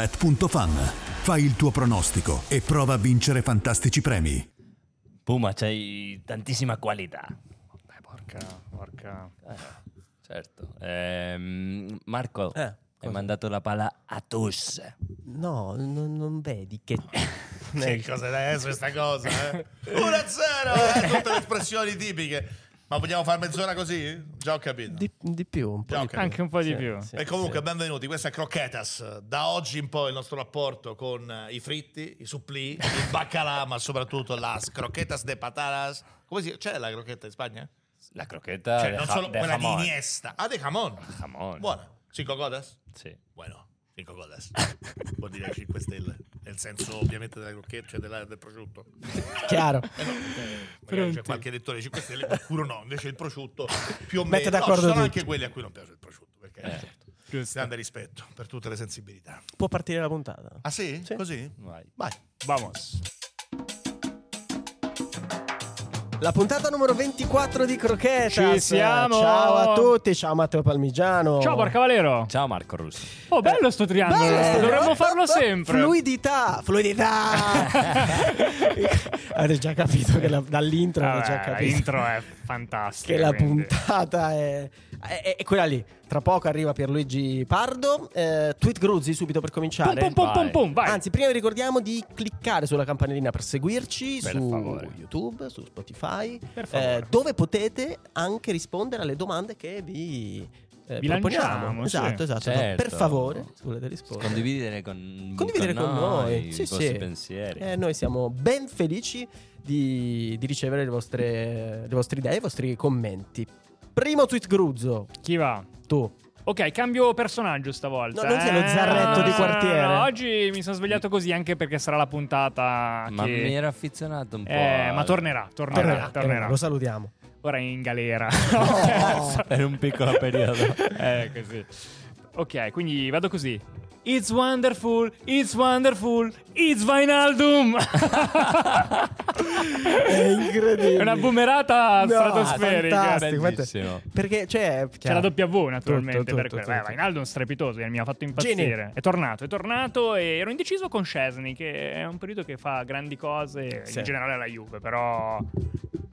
DazonBet.fan. Fai il tuo pronostico e prova a vincere fantastici premi. Puma, c'hai tantissima qualità. Dai, porca, porca. Certo. Ehm, Marco, Eh, hai mandato la palla a Tus. No, non, non vedi che... Che Eh, cosa è questa cosa? Eh? 1-0, eh? tutte le espressioni tipiche. Ma vogliamo far mezz'ora così? Già ho capito. Di, di più, un po'. Già ho di capito. Anche un po' di Sì, più. sì, e comunque, sì. benvenuti. Questa è Croquetas. Da oggi in poi il nostro rapporto con eh, i fritti, i supplì, il baccalà, ma soprattutto las croquetas de patatas. Come si C'è la croquetta in Spagna? La crocchetta cioè, Eh, de non ja- solo de quella jamón. di Iniesta. Ah, de jamón. Jamón. Buona. Cinco codas? Sì. Bueno, 5 godas. Vuol dire 5 stelle. Nel senso ovviamente della crocchetta, cioè della- del prosciutto. Chiaro. Magari Pronti. c'è qualche lettore di 5 stelle, qualcuno no. Invece il prosciutto più o meno... Mette No, d'accordo ci sono tutti. anche quelli a cui non piace il prosciutto. Perché certo, Giusto. grande rispetto per tutte le sensibilità. Può partire la puntata. Ah sì? Sì. Così? Vai. Vai. Vamos. La puntata numero 24 di Croquetas. Ci siamo. Ciao a tutti, ciao Matteo Palmigiano. Ciao Porca Valero. Ciao Marco Russi. Oh, bello sto triangolo. Oh. Eh, Bello, sto- Dovremmo farlo sempre. Fluidità, fluidità. Avete già capito che la- dall'intro avete già Vabbè, capito l'intro Ah, è fantastica. che la quindi. puntata è, è- è quella lì. Tra poco arriva Pierluigi Pardo. Eh, tweet Gruzzi subito per Pum, cominciare. pum, pum, pum, Vai. pum, vai. Anzi, prima vi ricordiamo di cliccare sulla campanellina per seguirci Per su favore. YouTube, su Spotify, eh, Per favore. dove potete anche rispondere alle domande che vi, eh, Vi proponiamo. lanciamo, Esatto, sì. esatto. Certo. Per favore, se volete rispondere. Condividere con, Condividere con noi, i sì, vostri sì. pensieri. Eh, noi siamo ben felici di, di ricevere le vostre, le vostre idee, i vostri commenti. Primo tweet gruzzo, Chi va? tu. Ok, cambio personaggio stavolta. No, non sei lo eh. zarretto di quartiere. No, oggi mi sono svegliato così anche perché sarà la puntata. Ma che- mi era affezionato un po'. Eh, al- ma tornerà, tornerà, Tornerà, tornerà. tornerà, Lo salutiamo. Ora è in galera. per un piccolo periodo. eh, così. Ok, quindi vado così. It's wonderful, it's wonderful, it's Vinaldum. È incredibile. È una boomerata No, stratosferica. fantastico. Bellissimo. Perché c'è... C'è la W naturalmente. Tutto, tutto, per tutto, quello. Beh, tutto. Wijnaldum strepitoso, eh, mi ha fatto impazzire. Genie. È tornato, è tornato e ero indeciso con Scesni, che è un periodo che fa grandi cose, Sì. in generale alla Juve, però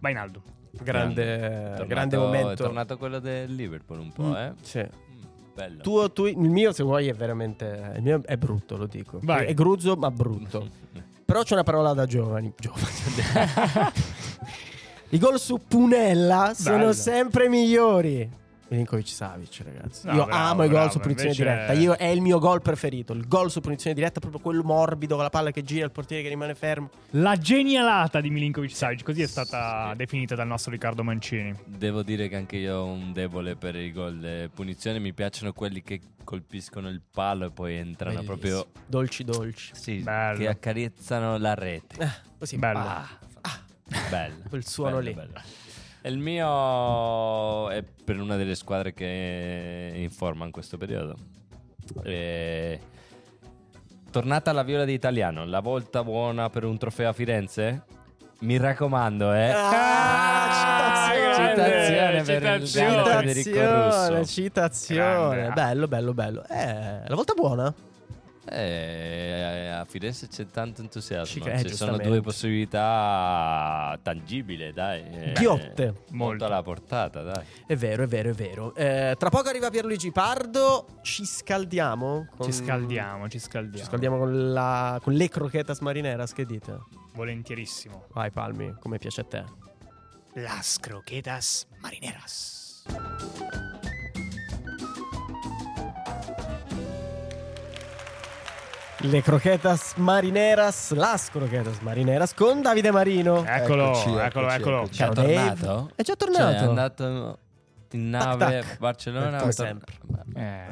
Wijnaldum. Grande, Tornato- grande È momento. tornato quello del Liverpool un po', Mm, eh. sì. Mm, Bello. Tuo tweet- il mio, se vuoi, è veramente. Il mio è brutto, lo dico. Vai. È gruzzo, ma brutto. Però c'è una parola da giovani. giovani. I gol su Punella sono Bello. sempre migliori. Milinkovic Savic, ragazzi. No, Io bravo, amo i gol bravo, su punizione invece- diretta. Io- è il mio gol preferito. Il gol su punizione diretta, proprio quello morbido, con la palla che gira, il portiere che rimane fermo. La genialata di Milinkovic Savic, così è stata definita dal nostro Riccardo Mancini. Devo dire che anche io ho un debole per i gol eh, punizione. Mi piacciono quelli che colpiscono il palo e poi entrano Bellissimo. proprio. Dolci, dolci. Sì, Bello. che accarezzano la rete. Ah, così. Bello. Ah, ah. Bello. Quel suono bello, lì. bello. E Il mio è per una delle squadre che è in forma in questo periodo. E- Tornata la viola di italiano, la volta buona per un trofeo a Firenze? Mi raccomando, eh. Ah, citazione. Citazione grande, per il citazione. grande Federico Citazione, Russo. citazione. Grande. Bello, bello, bello. Eh, la volta buona. Eh, a Firenze c'è tanto Ci entusiasmo. cre- eh, Ci sono giustamente. due possibilità tangibili, dai. eh, Ghiotte. Molto Molto. alla portata, dai. È vero, è vero, è vero. Eh, tra poco arriva Pierluigi Pardo. Ci scaldiamo. Ci con- scaldiamo, ci scaldiamo. Ci scaldiamo con, la- con le croquetas marineras. Che dite? Volentierissimo. Vai, Palmi, come piace a te. Las croquetas marineras. Le croquetas marineras, las croquetas marineras con Davide Marino. Eccolo, eccolo, eccolo. Ciao, è Dave. Eh, tornato? È già tornato. Cioè, è andato in Tac, nave tac. a Barcellona. Come è tor- sempre. Eh.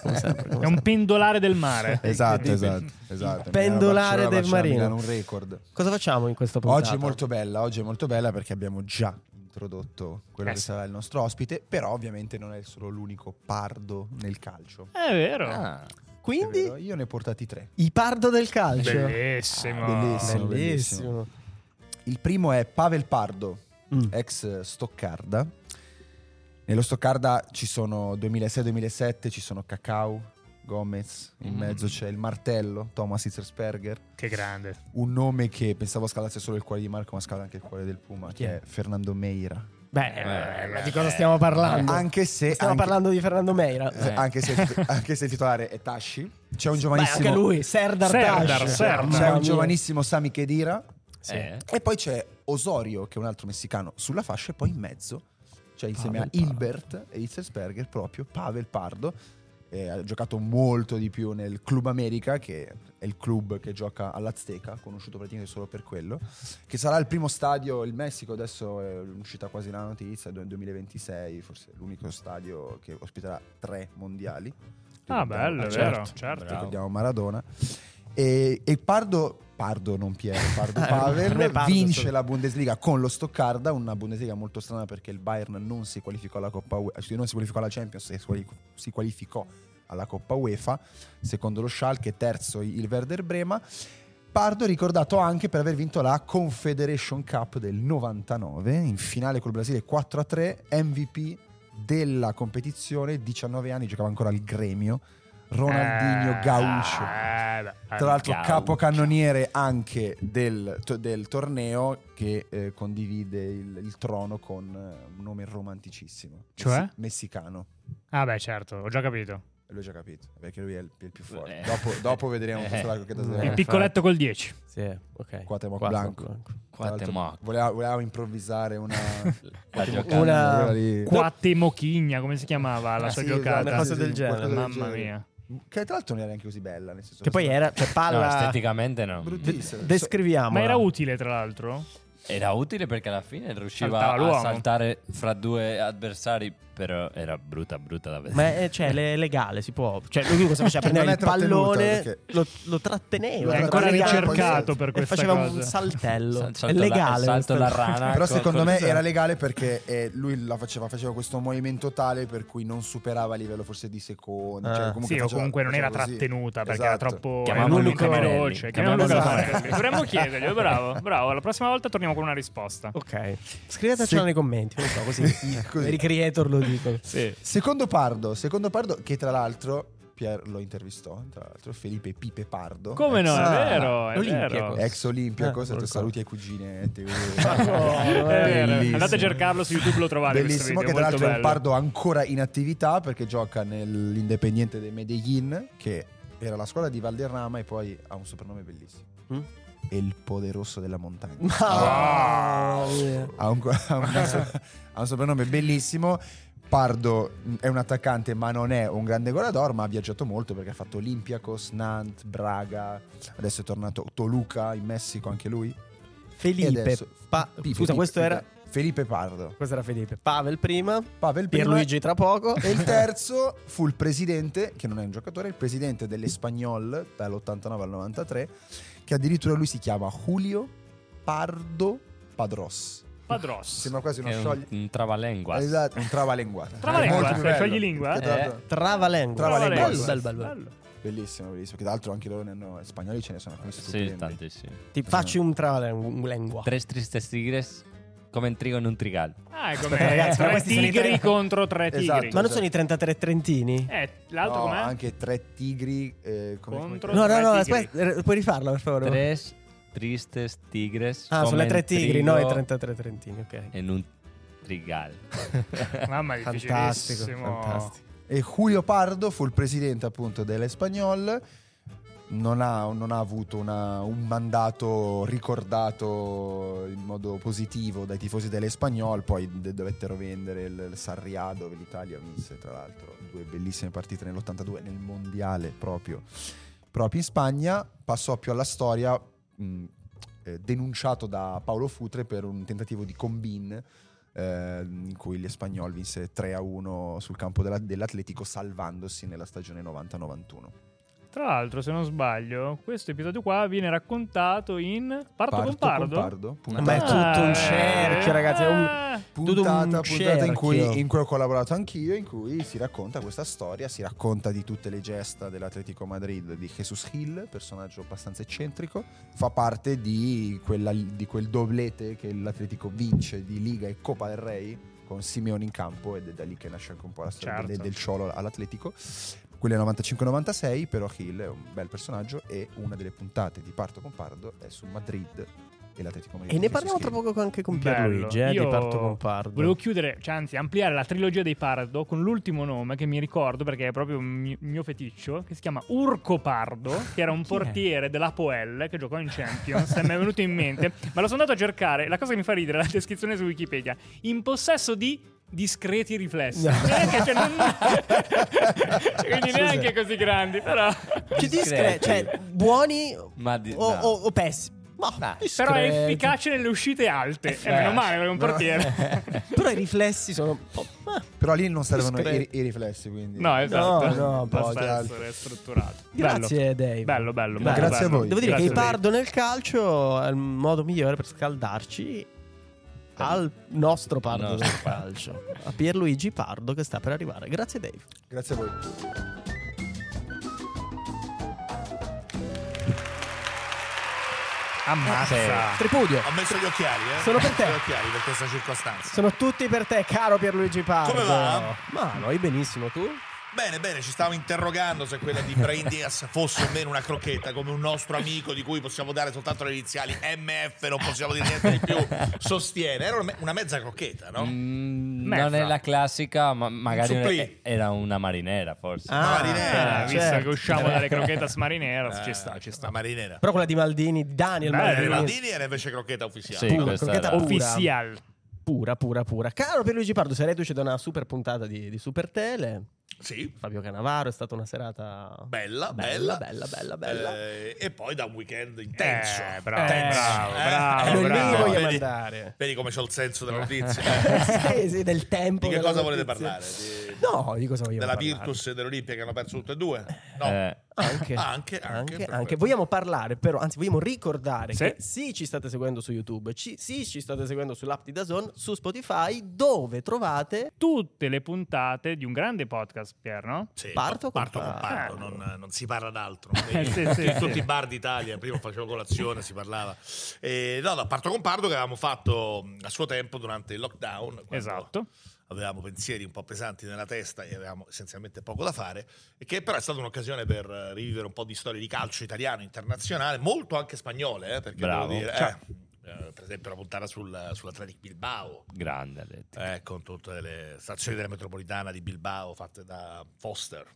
Come sempre, come È un sempre. pendolare del mare. Esatto, esatto, esatto. pendolare Milano- del Barcellona- Marino. Milano, un record. Cosa facciamo in questa puntata? Oggi è molto bella, oggi è molto bella perché abbiamo già introdotto quello Eh che sì. sarà il nostro ospite, però ovviamente non è solo l'unico pardo nel calcio. È vero. Ah, È vero, Quindi, Io ne ho portati tre. i Pardo del calcio. Bellissimo. Bellissimo. Ah, Bellissimo. Bellissimo. Il primo è Pavel Pardo, Mm. ex Stoccarda. Nello Stoccarda ci sono 2006-2007, ci sono Cacao, Gomez, in mezzo c'è il martello, Thomas Hitzersperger, Che grande. un nome che pensavo scalasse solo il cuore di Marco, ma scala anche il cuore del Puma, Chi è? che è Fernando Meira. Beh, Eh, ma di cosa stiamo parlando? Anche se, Stiamo anche- parlando di Fernando Meira. eh, anche se- anche se il titolare è Tashi, c'è un Beh, giovanissimo anche lui, Serdar Serdar, Tash. Serdar. Mamma C'è un mia. giovanissimo Sami Khedira Eh. e poi c'è Osorio, che è un altro messicano, sulla fascia e poi in mezzo c'è insieme a Hilbert e Hitzelsperger proprio Pavel Pardo. eh, ha giocato molto di più nel Club America, che è il club che gioca all'Azteca, conosciuto praticamente solo per quello, che sarà il primo stadio, il Messico adesso è uscita quasi la notizia, nel 2026 forse è l'unico stadio che ospiterà tre mondiali. Ah, bello, è vero, certo. Ricordiamo Maradona. E, e Pardo, Pardo non Piero, Pardo Per me Pavel Pardo vince solo. la Bundesliga con lo Stoccarda, una Bundesliga molto strana perché il Bayern non si qualificò alla Coppa UE, cioè non si qualificò alla Champions, si quali- si qualificò alla Coppa UEFA, secondo lo Schalke, terzo il Werder Brema. Pardo è ricordato anche per aver vinto la Confederation Cup del 99 in finale col Brasile 4-3, MVP della competizione, 19 anni, giocava ancora al Gremio, Ronaldinho Eh, Gaucho. ah, eh, beh, eh, Tra l'altro Gaucho. capocannoniere anche del, to- del torneo che eh, condivide il, il trono con eh, un nome romanticissimo. Cioè? Messi- messicano. Ah, beh, certo, ho già capito. L'ho già capito, perché lui è il, il più forte. Eh. Dopo, dopo vedremo Eh. cosa sarà la crochetta Il Il svedese. infatti. piccoletto col 10. Sì, ok. Cuauhtémoc Quattro Blanco. Tra l'altro Cuauhtémoc. Voleva, volevamo improvvisare una... La giocata. Una- quella lì. Quatti Mochigna, come si chiamava la Ah, sua sì, giocata? Eh, esatto, una cosa del genere, qualcosa del Mamma genere. mia. Che tra l'altro non era neanche così bella. Nel senso Che poi era, cioè, No, palla... esteticamente no. Bruttissima. Descriviamo. Ma era utile, tra l'altro? Era utile perché alla fine riusciva Saltava l'uomo. a saltare fra due avversari, però era brutta brutta da vedere. Ma è, cioè, le- è legale, si può. Cioè, lui cosa faceva? Non Prendeva è il trattenuto, pallone, perché- lo, lo tratteneva. È lo ancora tratteneva, ricercato poi- per e questa Faceva un cosa. saltello. Sal- è salto la- legale. salto questo- la rana. Però Ecco, col- secondo col- me era legale perché eh, lui la faceva, faceva questo movimento tale per cui non superava a livello forse di secondi. Ah. cioè comunque sì, o faceva- comunque non era faceva così. trattenuta perché era Esatto. troppo Chiamava era Luca molto Marelli. veloce. Chiamava Chiamava Luca Luca Marelli. Marelli. Dovremmo chiederglielo, bravo, bravo. La prossima volta torniamo con una risposta. Ok. Scrivetecela Sì. nei commenti. Non so, così. Così. I creator lo dicono. Secondo Pardo, secondo Pardo, che tra l'altro Pier lo intervistò, tra l'altro Felipe Pipe Pardo. Come no, Ah, è vero, è l'Olimpiaco. vero. no? Ex Olimpiaco, Eh, ha detto porco. saluti ai cugini. eh, È vero. Andate a cercarlo su YouTube, lo trovate questo Bellissimo, video, che tra molto l'altro è un bello. pardo ancora in attività perché gioca nell'Independiente de Medellin, che era la squadra di Valderrama e poi ha un soprannome bellissimo. Mm? El Poderoso della Montagna. Ah, ha, Ma- un, ha un- ha un soprannome bellissimo. Pardo mh, è un attaccante, ma non è un grande golador. Ma ha viaggiato molto perché ha fatto Olympiacos, Nantes, Braga. Adesso è tornato Toluca in Messico anche lui. E Felipe. adesso- Pa- Pipe, Scusa, Pipe, questo Pipe. era. Felipe Pardo. Questo era Felipe. Pavel prima. Pavel prima- Pierluigi tra poco. E il terzo fu il presidente, che non è un giocatore, il presidente dell'Espagnol dall'89 al 93, che addirittura lui si chiama Julio Pardo Padros. Padros. Sembra quasi uno Che è sciogli. un, un travalengua. Esatto, un travalengua. Travalengua, Molto più cioè, bello. scioglilingua, Che eh. tra l'altro- Travalengo. Travalengo. Bello, bello, bello. Bellissimo, bellissimo. Che tra l'altro anche loro ne hanno eh, spagnoli ce ne sono alcuni Sì, stupendi. Oh. tantissimi. Ti faccio un travalengo. Un lengua. Tres tristes tigres come un trigo in un trigal. Ah, è Aspetta, come ragazzi, ma tre questi sono i tigri tre- contro tre tigri. Esatto. Ma non sono i 33 trentini? Eh, l'altro No, com'è? anche tre tigri eh, come- come- Contro- No, no, no, Tre tigri. aspetta, eh, puoi rifarlo per favore? Tres tristes tigres ah, come Eh, sulle tre un tigri, trigo no, i 33 trentini, ok. in un trigal. Mamma mia, Fantastico, difficilissimo. fantastico. E Julio Pardo fu il presidente appunto dell'Espagnol. Non ha, non ha avuto una- un mandato ricordato in modo positivo dai tifosi dell'Espagnol, poi de- dovettero vendere il, il Sarrià dove l'Italia vinse tra l'altro due bellissime partite nell'82 nel mondiale proprio, proprio in Spagna, passò più alla storia mh, eh, denunciato da Paolo Futre per un tentativo di combin eh, in cui gli spagnoli vinse 3-1 sul campo della- dell'Atletico salvandosi nella stagione 90-91. Tra l'altro, se non sbaglio, questo episodio qua viene raccontato in Parto, con Pardo. puntata, Ma è tutto un eh, cerchio, ragazzi, è un- eh. tutto un puntata, puntata in, cerchio. cui, in cui ho collaborato anch'io, in cui si racconta questa storia, si racconta di tutte le gesta dell'Atletico Madrid di Jesus Hill, personaggio abbastanza eccentrico, fa parte di, quella- di quel doblete che l'Atletico vince di Liga e Coppa del Rey con Simeone in campo ed è da lì che nasce anche un po' la storia Certo. del, del Ciolo all'Atletico. quelle 95-96, però Hill è un bel personaggio e una delle puntate di Parto con Pardo è su Madrid e l'Atletico Madrid. E ne che parliamo tra sostiene. poco anche con Bello. Pierluigi, eh, di Io Parto con Pardo. Volevo chiudere, cioè, anzi, ampliare la trilogia dei Pardo con l'ultimo nome che mi ricordo perché è proprio un mio, mio feticcio, che si chiama Urco Pardo, che era un portiere dell'Apoel che giocò in Champions, e mi è venuto in mente, ma lo sono andato a cercare, la cosa che mi fa ridere è la descrizione su Wikipedia, in possesso di discreti riflessi. No. Cioè, che- cioè, non- cioè, quindi neanche così grandi, però Ci discre- Discreti. cioè, buoni o, Ma di- o- Oh, no. o pessimi. Ma però è discreti. efficace nelle uscite alte, è meno male perché è un portiere. Però i riflessi sono un po'. ma- Però lì non servono i, Discreto. i riflessi, quindi... No, esatto. No, no, Basta poi, essere strutturato. Grazie, bello. Dave. Bello, bello. Grazie molto a bello. voi. Devo dire Grazie che il Dave. pardo nel calcio è il modo migliore per scaldarci al nostro pardo Nostro del calcio. A Pierluigi Pardo che sta per arrivare. Grazie, Dave. Grazie a voi. cioè, Ammazza. Tripudio. Ho messo gli occhiali, eh. Sono per te. Ho messo Gli occhiali per questa circostanza. Sono tutti per te, caro Pierluigi Pardo. Come va? Ma noi benissimo, tu? Bene, bene, ci stavamo interrogando se quella di Brain Diaz fosse o meno una crocchetta, come un nostro amico di cui possiamo dare soltanto le iniziali MF, non possiamo dire niente di più, sostiene. Era una me- una mezza crocchetta, no? Mm, Mezza. non è la classica, ma magari Un supplì. era- era una marinera forse. Ah, marinera, Eh, visto certo. che usciamo dalle croquetas marineras, Eh, ci sta, ci sta. La marinera. Però quella di Maldini, di Daniel Beh, Maldini. Eh, Landini era invece crocchetta ufficiale. Sì, Pura, questa crocchetta era- pura. Official. Pura, pura, pura. Caro Pierluigi Pardo, sei reduce da una super puntata di, di Super Tele. Sì. Fabio Canavaro, è stata una serata Eh, Bella, bella, bella, bella, bella. Eh, e poi da un weekend intenso. Eh, bravo, Intenso. bravo, Eh? bravo, Eh. Noi lì bravo. vogliamo Vedi- andare. Vedi come c'ho il senso della notizia. sì, sì, del tempo. Eh, Di che della cosa volete notizia. parlare? Di- No, di cosa vogliamo della parlare? Virtus e dell'Olimpia che hanno perso tutte e due? No. Eh, Anche, Ah, anche, anche, perfetto. Vogliamo parlare, però, anzi, vogliamo ricordare Sì. che sì, ci state seguendo su YouTube, ci- sì, ci state seguendo sull'app di Dazon, su Spotify, dove trovate Tutte le puntate di un grande podcast, Pier, no? Sì, Parto con parto con Parto. parto, non, non si parla d'altro. Eh, sì, In sì, sì. tutti i bar d'Italia, prima facevo colazione, si parlava. Eh, no, no, parto con parto che avevamo fatto mh, a suo tempo durante il lockdown. quando Esatto. Avevamo pensieri un po' pesanti nella testa e avevamo essenzialmente poco da fare, e che però è stata un'occasione per eh, rivivere un po' di storie di calcio italiano, internazionale, molto anche spagnole, eh, perché Bravo. devo dire, eh, Cioè. eh, per esempio la puntata sul, sull'Atletic Bilbao, grande, ha detto. eh, con tutte le stazioni della metropolitana di Bilbao fatte da Foster.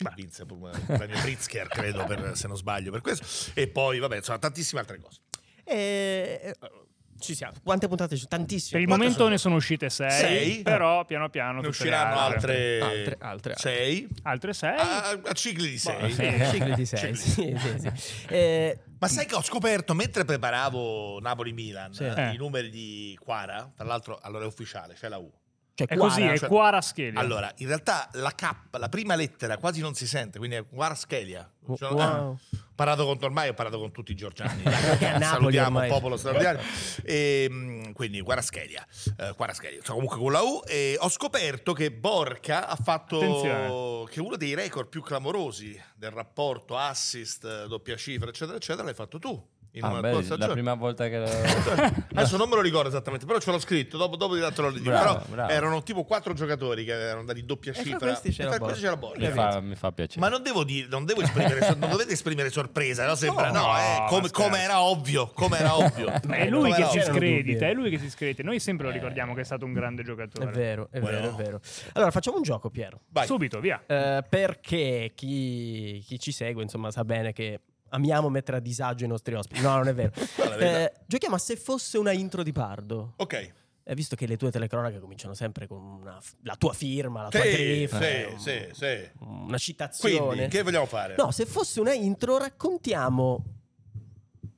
Che vinse pure un premio Pritzker, credo, per- se non sbaglio, per questo. E poi, vabbè, insomma, tantissime altre cose. e... eh, Ci siamo. Quante puntate ci sono? Tantissime. Per il Quante momento sono? ne sono uscite sei, Eh. Sei? però piano piano Ne tutte le usciranno altre, Ah, Altre, altre, altre. sei Altre sei. a, a cicli di sei. Eh, sì. Boh, Cicli di sei. sì, sì, sì. Eh, Ma sai che ho scoperto mentre preparavo Napoli-Milan Sì. eh, Eh. i numeri di Quara? Tra l'altro, allora è ufficiale, c'è la U. cioè, è così, Quara- è cioè- Quara Schelia. Allora, in realtà la K, la prima lettera quasi non si sente, quindi è Guaraschelia. Cioè, Wow. eh, Ho parlato con ormai ho parlato con tutti i giorgiani. Perché a Napoli Salutiamo ormai. il popolo straordinario. E, mm, quindi Guaraschelia, eh, Guaraschelia, insomma, comunque con la U e ho scoperto che Borca ha fatto Attenzione. che uno dei record più clamorosi del rapporto assist eh, doppia cifra eccetera eccetera l'hai fatto tu in Ah, una beh, tua la stagione. prima volta che lo... Adesso non me lo ricordo esattamente, però ce l'ho scritto. Dopo, dopo di là te lo ridico. Bravo, però bravo. erano tipo quattro giocatori che erano andati in doppia fra cifra. questi c'era E fra questi Borca. Borca. mi, fa, mi fa piacere. Ma non devo dire, non devo esprimere, sor- non dovete esprimere sorpresa, no? Sembra, No, no, eh, ma come, scherzo. come era ovvio, come era ovvio. Ma è Eh, lui Come che era si ovvio. c'erano scredita, dubbi. è lui che si scredita. Noi sempre lo ricordiamo che è stato un grande È giocatore. vero, è Bueno. vero, è vero. Allora, facciamo un gioco, Piero. Vai. Subito, via. Eh, perché chi, chi ci segue, insomma, sa bene che amiamo mettere a disagio i nostri ospiti. No, non è vero. Guarda, verità. Eh, giochiamo a se fosse una intro di Pardo. Ok. Eh, visto che le tue telecronache cominciano sempre con una f- la tua firma, la tua Sì, griffa, sì, un- sì, sì. una citazione. Quindi, che vogliamo fare? No, se fosse una intro, raccontiamo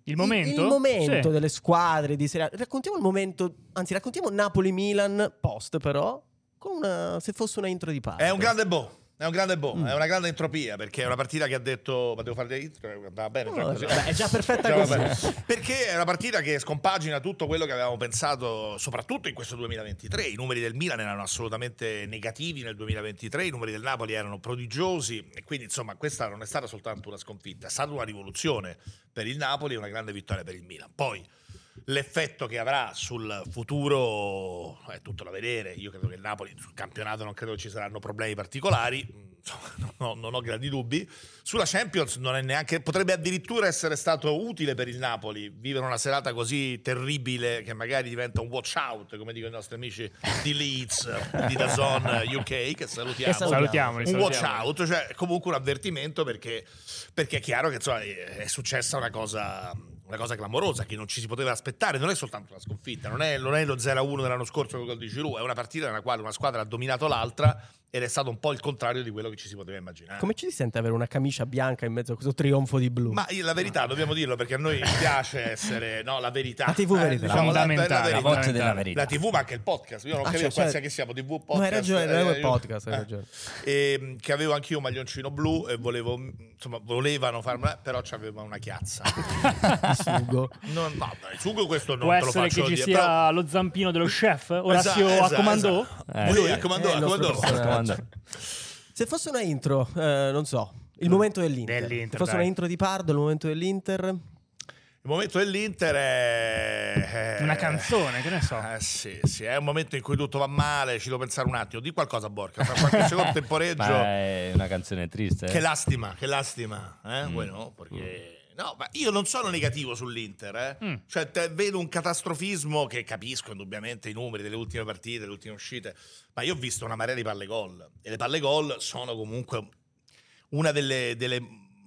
Il momento? il momento Sì. delle squadre di Serie A. Raccontiamo il momento, anzi, raccontiamo Napoli-Milan post, però, con una, se fosse una intro di Pardo. È un grande boh. È un grande boh, Mm. è una grande entropia perché è una partita che ha detto ma devo fare le intro, va bene, già No, così. Eh, vabbè, è già perfetta va così. bene. Cioè, Perché è una partita che scompagina tutto quello che avevamo pensato, soprattutto in questo 2023. I numeri del Milan erano assolutamente negativi nel 2023, i numeri del Napoli erano prodigiosi e quindi insomma questa non è stata soltanto una sconfitta, è stata una rivoluzione per il Napoli e una grande vittoria per il Milan. Poi L'effetto che avrà sul futuro è tutto da vedere. Io credo che il Napoli sul campionato non credo ci saranno problemi particolari. Mm, insomma, no- non ho grandi dubbi. Sulla Champions non è neanche. Potrebbe addirittura essere stato utile per il Napoli vivere una serata così terribile che magari diventa un watch out, come dicono i nostri amici di Leeds, di Dazon UK, che salutiamo. Che salutiamo. Salutiamoli. Esatto. Un watch salutiamoli. out, cioè comunque un avvertimento perché, perché è chiaro che insomma, è successa una cosa, una cosa clamorosa che non ci si poteva aspettare. Non è soltanto una sconfitta, non è, non è lo 0-1 dell'anno scorso con il gol di Giroud, è una partita nella quale una squadra ha dominato l'altra ed è stato un po' il contrario di quello che ci si poteva immaginare. Come ci si sente avere una camicia bianca in mezzo a questo trionfo di blu? Ma io- la verità, dobbiamo dirlo perché a noi piace essere no, la verità. Eh, diciamo, La TV verità. la, Fondamentale, La verità. voce della La verità. TV, ma anche il podcast. Io non Ah, credo cioè, qualsiasi cioè- che siamo TV, podcast. No, hai ragione, eh, hai eh, podcast, hai eh. ragione. Ehm, che avevo anch'io un maglioncino blu e volevo, insomma, volevano farmela, però c'aveva una chiazza. di sugo. non, no, dai, sugo questo non Può te lo essere faccio che ci dire. sia però- lo zampino dello chef, Esatto, Orazio esatto, Accomandò. esatto. Eh, Lui, eh, accomandò, il nostro accomandò. personaggio. Raccomando. Se fosse una intro, eh, non so, il momento dell'Inter. Dell'Inter, Se fosse dai. una intro di Pardo, il momento dell'Inter. Il momento dell'Inter è... è- Una canzone, che ne so. Eh, sì, sì, è un momento in cui tutto va male, ci devo pensare un attimo. Di qualcosa, Borca, fra qualche secondo Ma temporeggio. è una canzone triste. eh. Che lastima, che lastima. Eh? Voi no, perché... No, ma io non sono negativo sull'Inter, eh. Mm. cioè te- vedo un catastrofismo che capisco indubbiamente i numeri delle ultime partite, delle ultime uscite, ma io ho visto una marea di palle gol e le palle gol sono comunque una delle, delle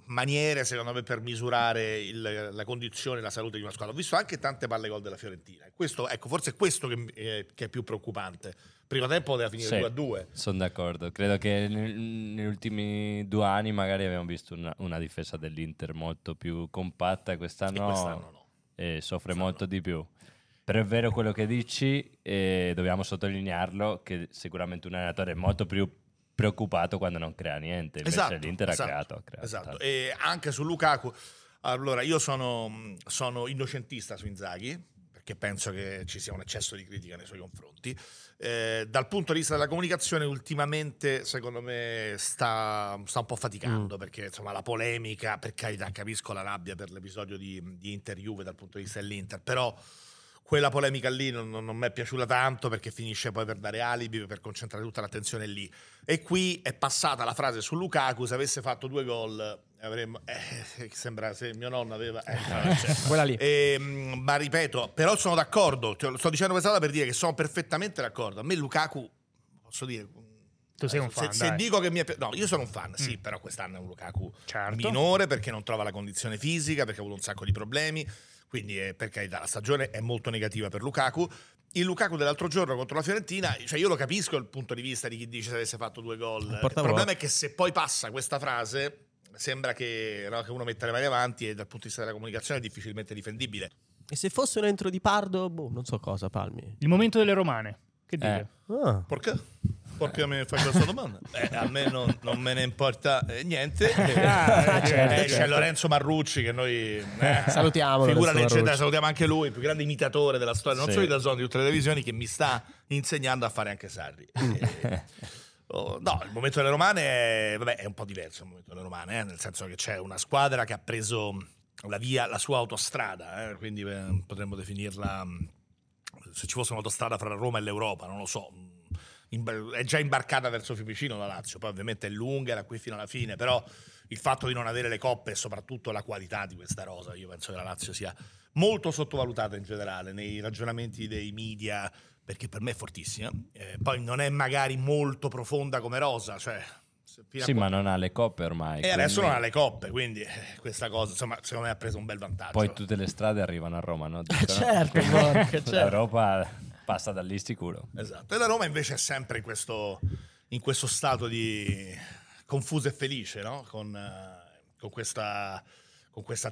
maniere, secondo me, per misurare il- la condizione e la salute di una squadra. Ho visto anche tante palle gol della Fiorentina. Questo, ecco, forse è questo che, eh, che è più preoccupante. Primo tempo poteva finire Sì. 2 a 2. Sono d'accordo, credo che nel- negli ultimi due anni magari abbiamo visto una, una difesa dell'Inter molto più compatta e E quest'anno, quest'anno no. eh, soffre Quest'anno molto di più. Però è vero quello che dici e dobbiamo sottolinearlo che sicuramente un allenatore è molto più preoccupato quando non crea niente, invece l'Inter esatto, ha creato. ha creato esatto. tanto. E anche su Lukaku. Allora, io sono, sono innocentista su Inzaghi, perché penso che ci sia un eccesso di critica nei suoi confronti. Eh, dal punto di vista della comunicazione, ultimamente, secondo me, sta, sta un po' faticando, perché insomma la polemica, per carità, capisco la rabbia per l'episodio di, di Inter-Juve dal punto di vista dell'Inter, però quella polemica lì non, non- non mi è piaciuta tanto perché finisce poi per dare alibi, per concentrare tutta l'attenzione lì. E qui è passata la frase su Lukaku, se avesse fatto due gol avremmo... eh, sembra se mio nonno aveva... eh, no, cioè. Quella lì. Ehm, ma ripeto, però sono d'accordo, cioè, lo sto dicendo questa cosa per dire che sono perfettamente d'accordo. A me Lukaku, posso dire... eh, Tu sei un se- fan, se, dai. Mm. dico che mi è pi- No, io sono un fan, sì, però quest'anno è un Lukaku Certo. minore perché non trova la condizione fisica, perché ha avuto un sacco di problemi, quindi eh, per carità la stagione è molto negativa per Lukaku. Il Lukaku dell'altro giorno contro la Fiorentina, cioè io lo capisco dal punto di vista di chi dice se avesse fatto due gol. Il portavoce. problema è che se poi passa questa frase sembra che, no, che uno metta le mani avanti e dal punto di vista della comunicazione è difficilmente difendibile. E se fosse un intro di Pardo, boh, non so cosa, Palmi. Il momento delle romane. Che dite? Eh. Ah. Perché? Perché mi fai questa domanda? Eh, a me non, non me ne importa eh, niente. Eh, Ah, eh, certo, eh, C'è Lorenzo Marrucci che noi eh, Salutiamo Figura Lorenzo leggendaria, Marrucci. salutiamo anche lui, il più grande imitatore della storia, non Sì. solo di zona di tutte le televisioni, che mi sta insegnando a fare anche Sarri. Eh, oh, no, il momento delle romane è, vabbè, è un po' diverso il momento delle romane, eh, nel senso che c'è una squadra che ha preso la via, la sua autostrada, eh, quindi eh, potremmo definirla mh, se ci fosse un'autostrada fra Roma e l'Europa, non lo so. mh, in- è già imbarcata verso Fiumicino la Lazio, poi ovviamente è lunga da qui fino alla fine, però il fatto di non avere le coppe e soprattutto la qualità di questa rosa, io penso che la Lazio sia molto sottovalutata in generale nei ragionamenti dei media, perché per me è fortissima. Eh, poi non è magari molto profonda come rosa, cioè... se- fino a Sì, qua- ma non ha le coppe ormai. E adesso quindi non ha le coppe, quindi eh, questa cosa, insomma, secondo me ha preso un bel vantaggio. Poi tutte le strade arrivano a Roma, no? Dicono- certo, porca, certo. L'Europa passa da lì sicuro. Esatto, e la Roma invece è sempre in questo, in questo stato di confusa e felice, no? con, eh, con questa, con questa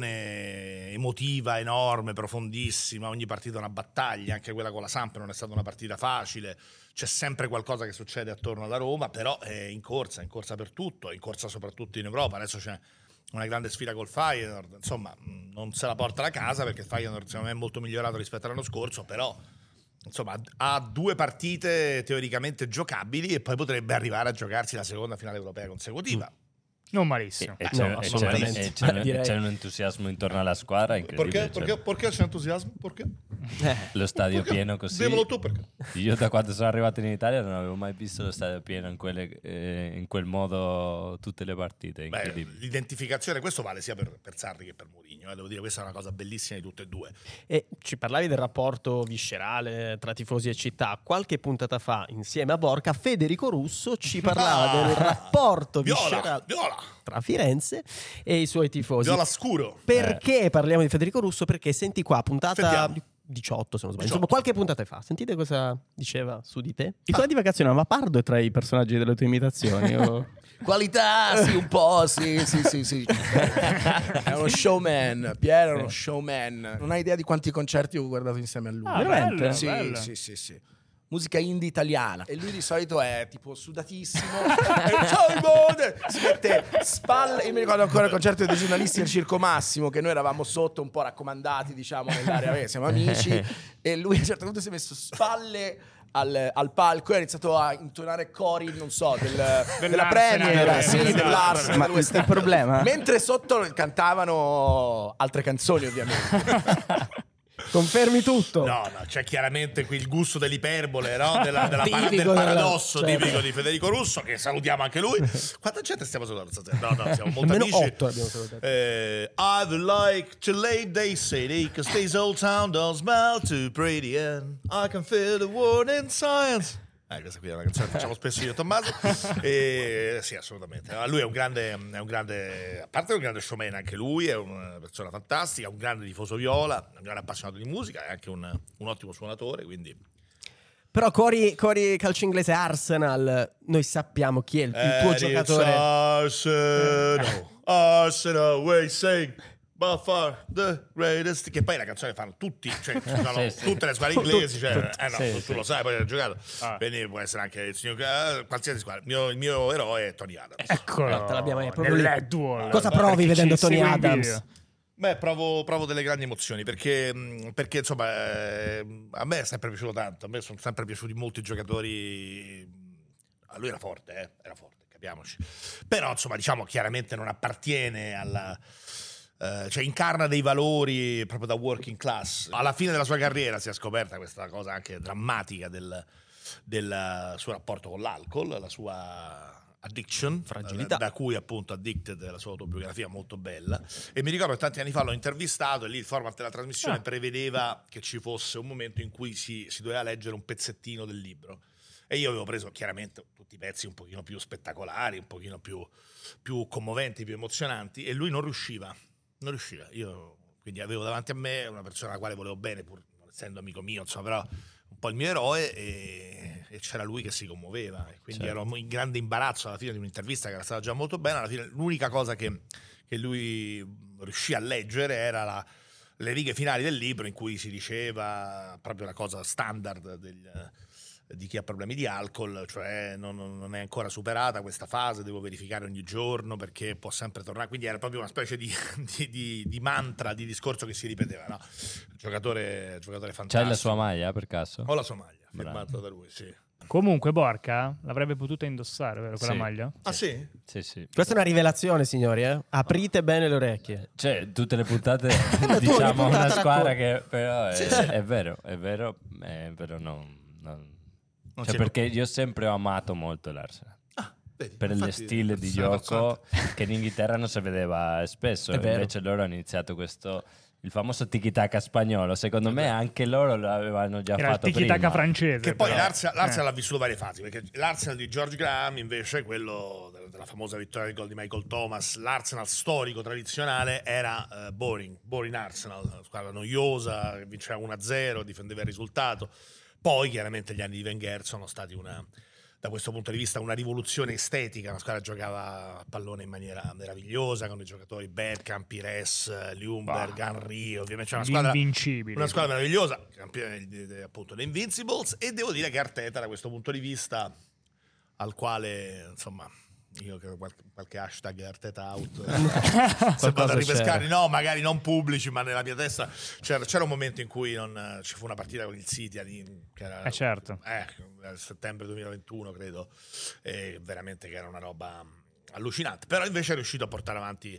tensione emotiva enorme, profondissima, ogni partita è una battaglia, anche quella con la Samp non è stata una partita facile, c'è sempre qualcosa che succede attorno alla Roma, però è in corsa, è in corsa per tutto, è in corsa soprattutto in Europa, adesso c'è una grande sfida col Feyenoord, insomma mh, non se la porta la casa perché il Feyenoord secondo me è molto migliorato rispetto all'anno scorso, però insomma ha due Mm, partite teoricamente giocabili e poi potrebbe arrivare a giocarsi la seconda finale europea consecutiva. Non malissimo. Ah, E c'è, no, e c'è- assolutamente. e c'è- Direi. c'è un entusiasmo intorno alla squadra incredibile. Perché, cioè, perché, perché c'è entusiasmo? Perché? Eh, Lo stadio Perché? pieno così. Dimmelo tu perché. Io da quando sono arrivato in Italia non avevo mai visto lo stadio pieno in, quelle- eh, in quel modo tutte le partite. Beh, Incredibile. l'identificazione, questo vale sia per, per Sarri che per Mourinho. eh, Devo dire, questa è una cosa bellissima di tutte e due. E ci parlavi del rapporto viscerale tra tifosi e città. Qualche puntata fa, insieme a Borca, Federico Russo ci parlava Ah. del rapporto Viola, viscerale viola, tra Firenze e i suoi tifosi. viola scuro. Perché parliamo di Federico Russo? Perché senti qua, puntata Sentiamo. 18 se non 18. sbaglio, insomma qualche puntata fa, sentite cosa diceva su di te? Il tuo divagazione, ma Pardo è tra i personaggi delle tue imitazioni? o- Qualità, sì, un po', sì, sì, sì, sì. È uno showman, Piero è uno showman. Non hai idea di quanti concerti ho guardato insieme a lui. Ah, Veramente? bello, sì, bello. sì, sì, sì. Musica indie italiana. E lui di solito è tipo sudatissimo. E, Ciao il mondo! Si mette spalle. Io mi ricordo ancora il concerto dei giornalisti al Circo Massimo, che noi eravamo sotto un po' raccomandati, diciamo, nell'area. Vabbè, siamo amici. E lui a un certo punto si è messo spalle. Al, al palco e ha iniziato a intonare cori, non so, del- della Premier, dell'Arsenal, sì, esatto. dell'Arsenal, Ma del West il Ham. problema- Mentre sotto cantavano altre canzoni, ovviamente. Confermi tutto? No, no, c'è chiaramente qui il gusto dell'iperbole, no? Della- della para- del Tipico della- paradosso certo. tipico di Federico Russo, che salutiamo anche lui. Quanta gente stiamo salutando stasera? No, no, siamo molto Almeno amici. otto abbiamo salutato. Eh, I would like to leave this city Cause this old town don't smell too pretty And I can feel the world in silence Eh, questa qui è una canzone che facciamo spesso io e Tommaso e, Sì, assolutamente Ah, Lui è un grande, è un grande A parte è un grande showman anche lui È una persona fantastica, un grande tifoso viola Un grande appassionato di musica È anche un, un ottimo suonatore Quindi Però Cori, Cori calcio inglese Arsenal, noi sappiamo chi è il, Eh, il tuo And it's giocatore. Eh, Eh. Arsenal, Arsenal, we sing. By far the greatest. Che poi la canzone fanno tutti, cioè fanno sì. tutte le squadre inglesi. Cioè, eh no, Sì, tu, tu sì. lo sai, poi hai giocato. Ah. Quindi può essere anche il signor. eh, qualsiasi squadra. Il mio, il mio eroe è Tony Adams. Eccolo. No, Eh, te l'abbiamo- è proprio lì. Nell'Edwall. Cosa Per provi chi vedendo ci Tony segue in Adams? video. Beh, provo, provo delle grandi emozioni perché, mh, perché, insomma, eh, a me è sempre piaciuto tanto. A me sono sempre piaciuti molti giocatori. mm, A lui era forte, eh, era forte, capiamoci. Però, insomma, diciamo chiaramente non appartiene alla. eh, cioè, incarna dei valori proprio da working class. Alla fine della sua carriera si è scoperta questa cosa anche drammatica del, del suo rapporto con l'alcol, la sua addiction, Fragilità. da cui appunto Addicted, la sua autobiografia molto bella. E mi ricordo che tanti anni fa l'ho intervistato e lì il format della trasmissione Ah. prevedeva che ci fosse un momento in cui si, si doveva leggere un pezzettino del libro. E io avevo preso chiaramente tutti i pezzi un pochino più spettacolari, un pochino più, più commoventi, più emozionanti e lui non riusciva, non riusciva. Io quindi avevo davanti a me una persona alla quale volevo bene, pur non essendo amico mio, insomma, però un po' il mio eroe e, e c'era lui che si commuoveva e quindi Certo. ero in grande imbarazzo alla fine di un'intervista che era stata già molto bene, alla fine l'unica cosa che, che lui riuscì a leggere era la- le righe finali del libro in cui si diceva proprio la cosa standard del- di chi ha problemi di alcol, cioè non, non- non è ancora superata questa fase, devo verificare ogni giorno perché può sempre tornare, quindi era proprio una specie di, di- di- di mantra, di discorso che si ripeteva, no? giocatore, giocatore fantastico. C'hai la sua maglia per caso? Ho la sua maglia, Bravo. firmata da lui, sì. Comunque, Borca l'avrebbe potuta indossare, vero? Quella Sì. maglia? Ah sì? Sì, sì. Questa è una rivelazione, signori, eh? Aprite bene le orecchie. Cioè, tutte le puntate ogni diciamo puntata una racconta. squadra che però è, è vero, è vero, eh, però no, no. Cioè, c'è- perché io sempre ho amato molto l'Arsenal. Vedi, per il infatti, stile di sono gioco che in Inghilterra non si vedeva spesso. È vero. Invece loro hanno iniziato questo il famoso tiki-taka spagnolo. Secondo me anche loro l'avevano già Era il fatto tiki taka prima. francese. Che poi però. l'Arsenal, l'Arsenal Eh. ha vissuto varie fasi, perché l'Arsenal di George Graham invece, quello della, della famosa vittoria del gol di Michael Thomas, l'Arsenal storico, tradizionale, era eh, boring, boring Arsenal, una squadra noiosa, che vinceva 1-0, difendeva il risultato. Poi chiaramente gli anni di Wenger sono stati una... Da questo punto di vista, una rivoluzione estetica. La squadra giocava a pallone in maniera meravigliosa con i giocatori Bergkamp, Pires, Ljungberg, Henry. Ovviamente c'è una Gli squadra invincibili. una squadra meravigliosa, campione di- di- appunto le Invincibles, e devo dire che Arteta da questo punto di vista, al quale insomma... Io credo qualche, qualche hashtag Arteta out. eh, Se vado a ripescare, no, magari non pubblici, ma nella mia testa c'era, c'era un momento in cui non, eh, ci fu una partita con il City lì, che era Eh, certo. eh, settembre 2021, credo, e veramente che era una roba allucinante. Però invece è riuscito a portare avanti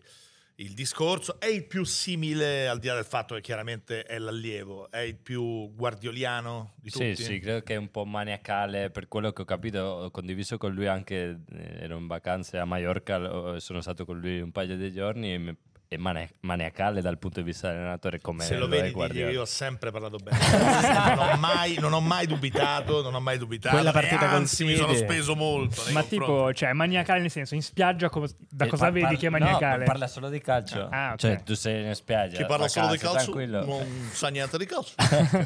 il discorso. È il più simile, al di là del fatto che chiaramente è l'allievo, è il più guardioliano di tutti. Sì, sì, credo che è un po' maniacale per quello che ho capito. Ho condiviso con lui anche, eh, ero in vacanze a Mallorca, lo- sono stato con lui un paio di giorni e mi- è mane- maniacale dal punto di vista dell'allenatore come Se lo è vedi, digli, Guardiola. io ho sempre parlato bene. non, ho mai, non ho mai dubitato, non ho mai dubitato. Quella partita e con anzi, mi sono Siede. speso molto. nei Ma confronti. tipo, cioè, maniacale nel senso, in spiaggia come- da Eh, cosa par- vedi par- che è no, maniacale? parla solo di calcio. Ah, ok. Cioè, tu sei in spiaggia. chi parla a solo di casa, calcio tranquillo. non sa niente di calcio.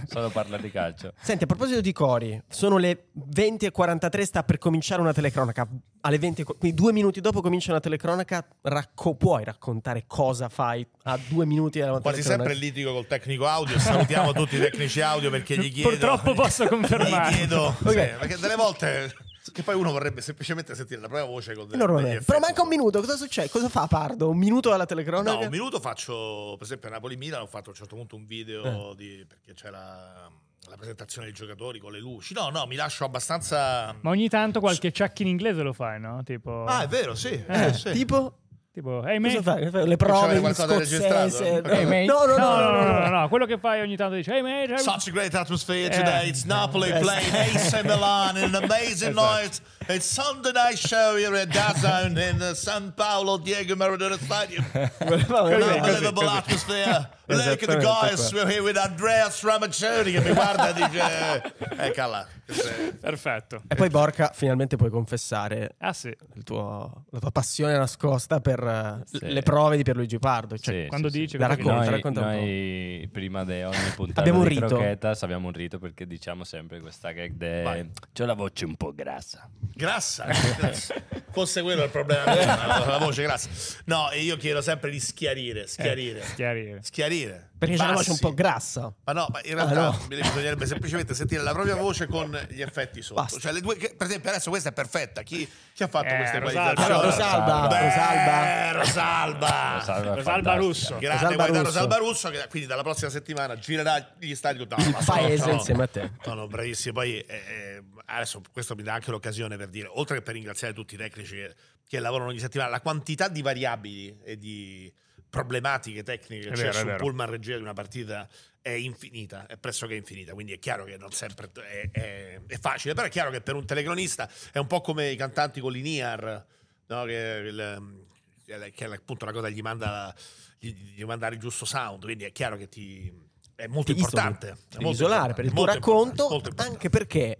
solo parla di calcio. Senti, a proposito di Cori, sono le 20.43, sta per cominciare una telecronaca. Alle 20, quindi due minuti dopo comincia una telecronaca. Racco- puoi raccontare cosa fai a due minuti dalla Quasi telecronaca? sempre litigo col tecnico audio. Salutiamo tutti i tecnici audio perché gli chiedo. Purtroppo posso Gli confermare. chiedo. sì, Ok. perché delle volte. Che poi uno vorrebbe semplicemente sentire la propria voce con È delle normale. Però manca un minuto, cosa succede? Cosa fa Pardo? Un minuto alla telecronaca? No, un minuto faccio, per esempio a Napoli-Milan ho fatto a un certo punto un video di- perché c'era la presentazione dei giocatori con le luci. No, no, mi lascio abbastanza... Ma ogni tanto qualche ciacchi in inglese lo fai, no? Tipo, Ah, è vero, sì. Eh, sì, sì. Tipo? tipo hey, Cosa Eh. mate. fai? Fai Le Ci prove vuole in qualcoda scozzese? registrato? Eh, No, no, no, No, no, no, no. no, no, quello che fai ogni tanto dici, hey, mate. how-" Such a great atmosphere Eh. today. It's Napoli playing AC Milan in an amazing night. It's Sunday night show here at DAZN in uh, San Paolo Diego Maradona Stadium. Vabbè, An vabbè. unbelievable atmosphere. Look at the Esattamente guys. qua. We're here with Andreas Ramaccioni che mi guarda e dice... Ecca là. Eh, Perfetto. E poi Borca, finalmente puoi confessare Ah sì, il tuo- la tua passione nascosta per eh, Sì. le prove di Pierluigi Pardo. Cioè, Sì, quando sì, sì. dice La cosa racconta, noi, racconta un noi prima di ogni puntata Abbiamo un di rito. Croquetas abbiamo un rito perché diciamo sempre questa gag de... Vai. C'ho la voce un po' grassa. Grassa, grassa. Forse quello è il problema, la la voce grassa. No, e io chiedo sempre di schiarire, schiarire, chiarire. schiarire. Eh, Perché c'è una voce un Bassi. po' grassa. Cioè, Ma no, ma in realtà no. bisognerebbe semplicemente sentire la propria voce con gli effetti sotto. Basta. Cioè, le due, che- per esempio, adesso questa è perfetta. Chi, chi ha fatto Eh, queste Rosalba. equalizzazioni? Rosalba, Beh, Rosalba. Rosalba. Rosalba, è Rosalba fantastica. Russo. Grande Rosalba guarda Russo. Rosalba Russo, che quindi dalla prossima settimana girerà gli stadi tutta Il paese insieme a te. Sono bravissimi. Poi eh, eh, adesso questo mi dà anche l'occasione per dire, oltre che per ringraziare tutti i tecnici che, che lavorano ogni settimana, la quantità di variabili e di problematiche tecniche È che c'è vero, è sul vero. pullman regia di una partita è infinita, è pressoché infinita, quindi è chiaro che non sempre è, è- è facile, però è chiaro che per un telecronista è un po' come i cantanti con l'INIAR, no? che, il- eh, che è appunto la cosa che gli manda gli, gli manda il giusto sound, quindi è chiaro che ti... È molto Ti isoli. importante. è Devi molto isolare per il tuo importante, molto racconto, importante, molto importante. anche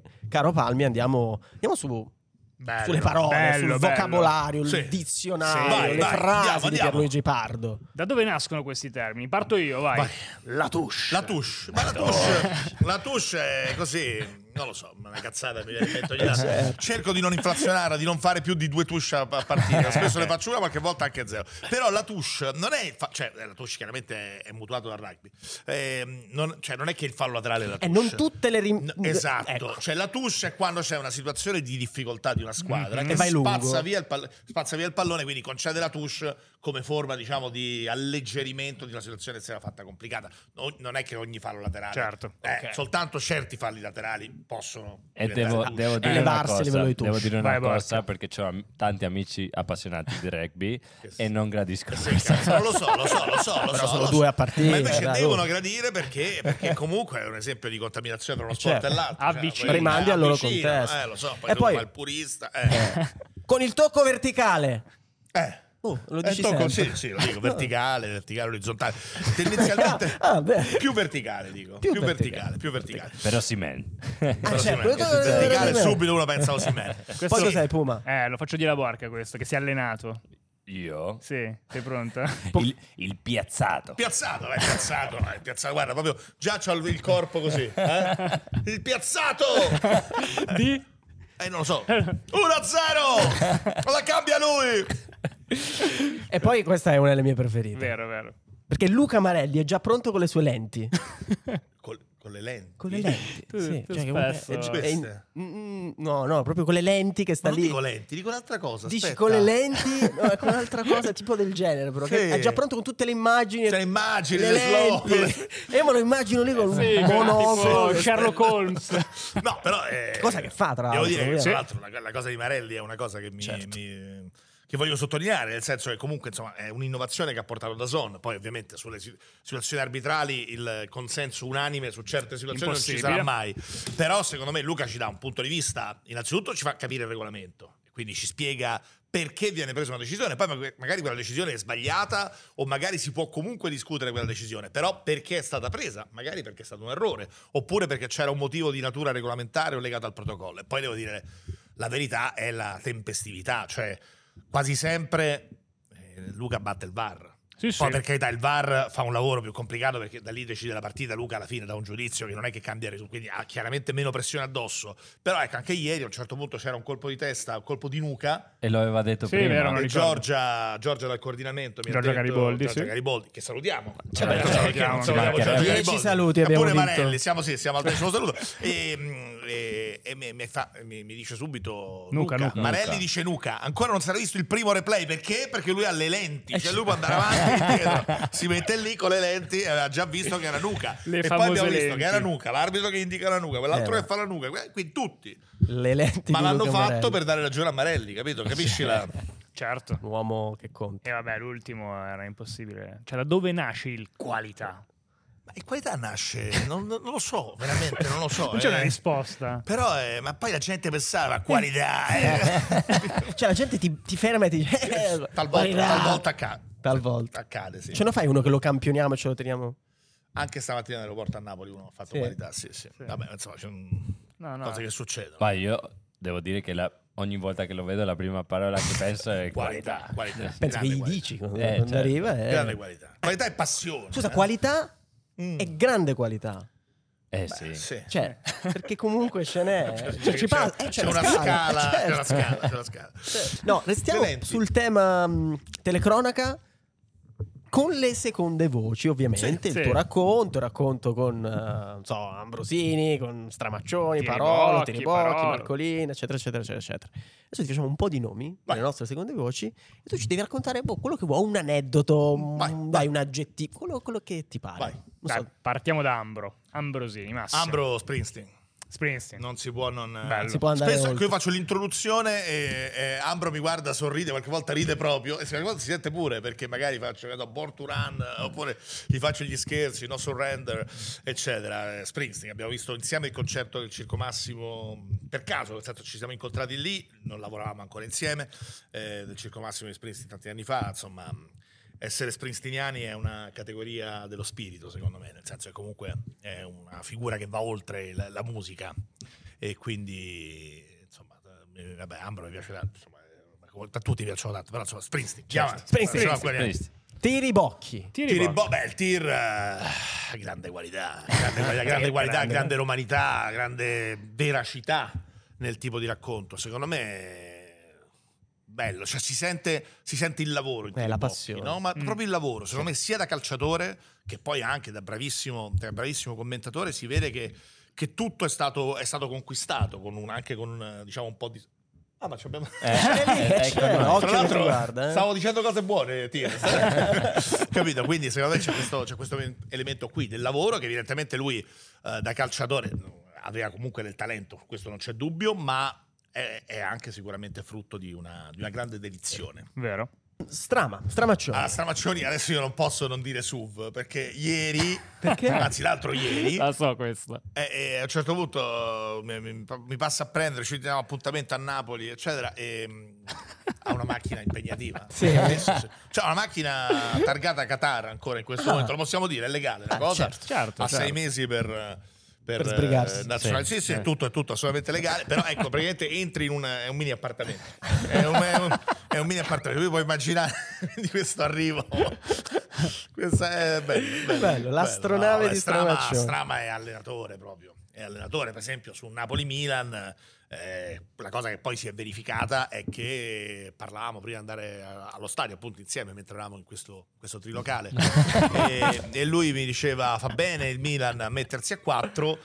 perché, caro Palmi, andiamo, andiamo su- Bello. sulle parole, bello, sul bello. vocabolario, Sì. il dizionario, Sì. Vai, le vai, frasi andiamo, di andiamo. Pierluigi Pardo. Da dove nascono questi termini? Parto io, vai. Vai. La touche. La touche, Eh, ma la touche, la touche è così, non lo so, ma una cazzata mi viene in Eh, mente ogni tanto. certo. Cerco di non inflazionare, di non fare più di due touche a a Eh, partita, spesso ne faccio una, qualche volta anche zero. Però la touche non è, il fa- cioè la touche chiaramente è mutuato dal rugby, Ehm, non, cioè non è che il fallo laterale è la E touche. Eh, non tutte le rim- No, esatto, Ecco. cioè la touche è quando c'è una situazione di difficoltà di una squadra che Mm-hmm. E vai lungo. spazza via, il pall- spazza via il pallone, quindi concede la touche come forma diciamo di alleggerimento di una situazione che si era fatta complicata. No- non è che ogni fallo laterale, Certo. Eh, Ok. soltanto certi falli laterali possono E diventare Eh, devo, touche. devo dire una Elevarsi a cosa, livello di devo touche. dire una Vai, Borca. cosa perché ho am- tanti amici appassionati di rugby sì. e non gradiscono Sì, questa cazzo, lo so, lo so, lo so, lo Però so, sono lo so. due a partita, Ma invece dai, devono oh. gradire perché, perché comunque è un esempio di contaminazione tra uno sport certo. e l'altro. Cioè, Avvicina. poi- Rimandi al loro avvicina, contesto. Eh, lo so, poi E dopo poi- va il purista. eh. Con il tocco verticale. Eh. Oh, lo Eh, dici tocco- sempre. Eh, sì, sì, lo dico, verticale, verticale, orizzontale. Tendenzialmente Ah, ah, beh. più verticale, dico. Più Più, verticale, verticale, più verticale. Però Simen. Ah, Però certo, Osimhen, questo- più verticale, questo- subito uno pensa a Osimhen. Questo- Poi cos'è, Puma? Eh, lo faccio dire a Borca questo, che si è allenato. Io? Sì, sei pronta? Il, il piazzato. Piazzato, vai, piazzato, vai, piazzato, guarda, proprio già c'ho il, il corpo così. eh? Il piazzato! Di? Eh, non lo so. 1-0! La cambia lui! E poi questa è una delle mie preferite. Vero, vero. Perché Luca Marelli è già pronto con le sue lenti. Col- con le lenti. Con le lenti. Tu- sì. tu Cioè, che comunque spesso- è- è in- Mm, no, no, proprio con le lenti che sta Ma non lì. dico lenti, dico un'altra cosa. Dici aspetta. con le lenti, no, è con un'altra cosa tipo del genere, però. che Sì. È già pronto con tutte le immagini. Cioè, immagini, le le slow, lenti. Io me lo immagino lì con un Sì, monofilo. tipo Sherlock Holmes. No, però. eh, Cosa che fa, tra Devo l'altro, Certo. dire che, vero? tra l'altro, la, la cosa di Marelli è una cosa che mi. mi- che voglio sottolineare, nel senso che comunque insomma, è un'innovazione che ha portato da Zon. Poi ovviamente sulle si- situazioni arbitrali il consenso unanime su certe situazioni non ci Impossibile. sarà mai. Però secondo me Luca ci dà un punto di vista, innanzitutto ci fa capire il regolamento, quindi ci spiega perché viene presa una decisione, poi mag- magari quella decisione è sbagliata o magari si può comunque discutere quella decisione, però perché è stata presa, magari perché è stato un errore, oppure perché c'era un motivo di natura regolamentare o legato al protocollo. E poi devo dire, la verità è la tempestività, cioè quasi sempre eh, Luca batte il VAR. Sì, sì. Poi per carità il VAR fa un lavoro più complicato perché da lì decide la partita, Luca alla fine dà un giudizio che non è che cambia risultato, quindi ha chiaramente meno pressione addosso. Però ecco, anche ieri a un certo punto c'era un colpo di testa, un colpo di nuca, E lo aveva detto Sì, prima. vero, non e ricordo. Giorgia, Giorgia dal coordinamento mi ha Giorgia detto- Gariboldi, Giorgia sì. Gariboldi, che salutiamo. Cioè, Vabbè, beh, che salutiamo, non ci salutiamo Giorgia mancherebbe. Gariboldi. Dieci saluti E abbiamo pure vinto. Marelli, siamo, sì, siamo al decimo saluto. E, mm, e- e mi, mi fa- mi- mi dice subito Nuca, Nuca. Nuca. Marelli Nuca. dice Nuca. Ancora non sarà visto il primo replay perché? Perché lui ha le lenti, Eh cioè lui può andare avanti e indietro. Si mette lì con le lenti e aveva già visto che era Nuca. Le e poi famose abbiamo visto lenti. che era Nuca, l'arbitro che indica la Nuca, quell'altro Eh, che fa la Nuca, que- quindi tutti. Le lenti Ma di l'hanno Luca fatto Morelli. per dare ragione a Marelli, Eh capito? Capisci la Certo. Un uomo che conta. E vabbè, l'ultimo era impossibile. Cioè, da dove nasce il qualità? Ma in qualità nasce, non, non lo so, veramente, non lo so. Non c'è una eh. risposta. Però, eh, ma poi la gente pensava, qualità. eh. Cioè, la gente ti, ti ferma e ti dice. eh, talvolta, guarirà. talvolta accade. Talvolta. Accade, sì. Ce ne fai uno che lo campioniamo e ce lo teniamo? Anche stamattina all'aeroporto a Napoli uno ha fatto Sì. qualità, sì, sì. Vabbè, insomma, c'è un- No, no. cose che succedono. Ma io devo dire che la- ogni volta che lo vedo la prima parola che penso è Qualità, qualità. qualità. Grande Pensa che gli qualità. dici quando Eh, quando certo. arriva. eh. Grande qualità. Qualità e passione. Scusa, eh. qualità Mm. è grande qualità. Eh Beh, sì. sì. Cioè, perché comunque ce n'è. Cioè, ci c'è, parla- eh, c'è c'è la una scala, scala, c'è una certo. scala, c'è una scala. No, restiamo Clementi. sul tema mh, telecronaca con le seconde voci, ovviamente. Sì, il sì. tuo racconto, il racconto con eh, non so, Ambrosini, con Stramaccioni, Tiribocchi, Parolo, Tiribocchi, Parolo. Marcolina, eccetera, eccetera, eccetera, eccetera. Adesso ti facciamo un po' di nomi Vai. delle nostre seconde voci e tu ci devi raccontare boh, quello che vuoi, un aneddoto, mh, Vai, dai, vai. un aggettivo, quello, quello che ti pare. Vai. Non so, Dai, partiamo da Ambro. Ambrosini, Massimo. Ambro Springsteen. Springsteen. Non si può non. Bello. Si può andare Spesso oltre. io faccio l'introduzione e, e Ambro mi guarda, sorride, qualche volta ride proprio e qualche volta si sente pure perché magari faccio che ne so, Born to Run eh, oppure gli faccio gli scherzi, No Surrender, eccetera. Eh, Springsteen, abbiamo visto insieme il concerto del Circo Massimo mh, per caso, nel senso ci siamo incontrati lì, non lavoravamo ancora insieme, eh, del Circo Massimo di Springsteen tanti anni fa, insomma. mh, Essere springstiniani è una categoria dello spirito, secondo me, nel senso che comunque è una figura che va oltre la- la musica e quindi insomma eh, vabbè Ambro mi piace tanto insomma eh, a tutti piacciono tanto però insomma Springsteen chiama Springsteen. Sennò Cioè, quelli- Springsteen. Tiribocchi. Tiri Tiri boh. Bo- beh, il tir eh, grande qualità grande qualità, grande, qualità grande. romanità grande veracità nel tipo di racconto secondo me eh, bello cioè si sente, si sente il lavoro in Eh, la Tiribocchi, passione. no? ma proprio il lavoro secondo me sia da calciatore che poi anche da bravissimo, da bravissimo commentatore si vede che che tutto è stato, è stato conquistato con un- anche con eh, diciamo un po' di ah ma ci abbiamo Eh, eh, ecco c'è, noi. Tra no? Occhio che l'altro, ti guarda, eh. stavo dicendo cose buone, Tires. Capito? Quindi, secondo me c'è questo, c'è questo elemento qui del lavoro che, evidentemente, lui eh, da calciatore no, aveva comunque del talento, questo non c'è dubbio, ma è, è anche sicuramente frutto di una, di una grande dedizione. Vero. Strama, stramaccione. Ah, Stramaccioni, adesso io non posso non dire SUV perché ieri, Perché? anzi, l'altro ieri, La so questa. e, e a un certo punto eh, mi, mi- mi passa a prendere, ci diamo appuntamento a Napoli, eccetera. E mm, ha una macchina impegnativa. Sì. Adesso c'è- C'ha una macchina targata Qatar ancora in questo Ah. momento. Lo possiamo dire, è legale la Ah, cosa. certo, certo, ha certo. sei mesi per. eh, Per, Per sbrigarsi. eh, nazionale. Sì, Sì, sì, eh. è tutto, è tutto assolutamente legale. Però ecco, praticamente entri in un, è un mini appartamento. È un, è un- è un mini appartamento. Voi puoi immaginare di questo arrivo. Questa è bello, bello, Bello, l'astronave vabbè, di Strama, Stramaccioni. Strama è allenatore proprio. È allenatore, per esempio, su Napoli-Milan. eh, la cosa che poi si è verificata è che parlavamo prima di andare a- allo stadio, appunto, insieme mentre eravamo in questo, questo trilocale. e, e lui mi diceva: Fa bene il Milan a mettersi a 4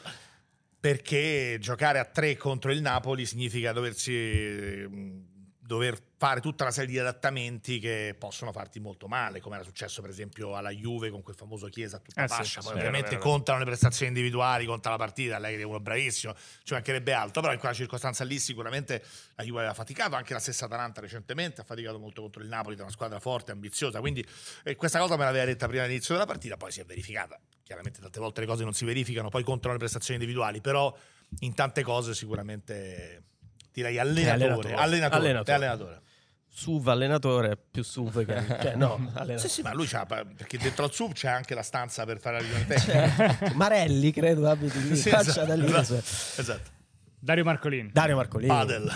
perché giocare a 3 contro il Napoli significa doversi. mh, dover fare tutta una serie di adattamenti che possono farti molto male, come era successo per esempio alla Juve con quel famoso Chiesa a tutta Eh sì, fascia, poi sì, ovviamente vero, vero. contano le prestazioni individuali, conta la partita, Allegri è uno bravissimo, ci mancherebbe altro, però in quella circostanza lì sicuramente la Juve aveva faticato, anche la stessa Atalanta recentemente ha faticato molto contro il Napoli, che è una squadra forte, ambiziosa, quindi eh, questa cosa me l'aveva detta prima all'inizio della partita, poi si è verificata, chiaramente tante volte le cose non si verificano, poi contano le prestazioni individuali, però in tante cose sicuramente direi allenatore, allenatore. allenatore, Allenatore. è allenatore. SUV allenatore, più SUV che... cioè, no, allenatore. Sì, sì, ma lui c'ha, perché dentro al sub c'è anche la stanza per fare la riunione tecnica. Marelli, credo, abiti lì, Sì, Certo, faccia da lì. cioè. esatto, esatto. Dario Marcolin. Dario Marcolini. Padel,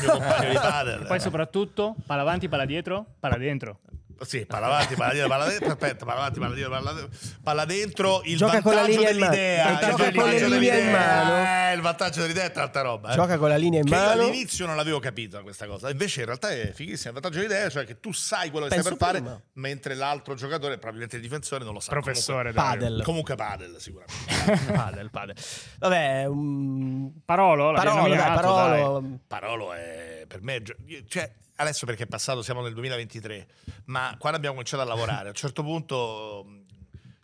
mio compagno di padel. Poi soprattutto, palla avanti, palla dietro, palla dentro. Sì, palla avanti, palla dietro, palla dentro. Aspetta, palla avanti, palla dietro, palla dentro. Palla dentro, il Gioca con la vantaggio linea in mano. dell'idea. Gioca il con le vantaggio linee in dell'idea. mano. Eh, il vantaggio dell'idea è tanta roba. eh. Gioca con la linea in Che io mano. all'inizio non l'avevo capita questa cosa, invece in realtà è fighissima. Il vantaggio dell'idea, cioè che tu sai quello che Penso stai per prima. fare, mentre l'altro giocatore, probabilmente il difensore, non lo sa. Professore Dario. Padel. Comunque, comunque padel, sicuramente. padel, padel. Vabbè, um, un... Parolo, l'abbiamo Parolo, dai, nominato, Parolo. Parolo è per me. gio- io- Cioè, adesso perché è passato, siamo nel 2023, ma quando abbiamo cominciato a lavorare, a un certo punto, mh,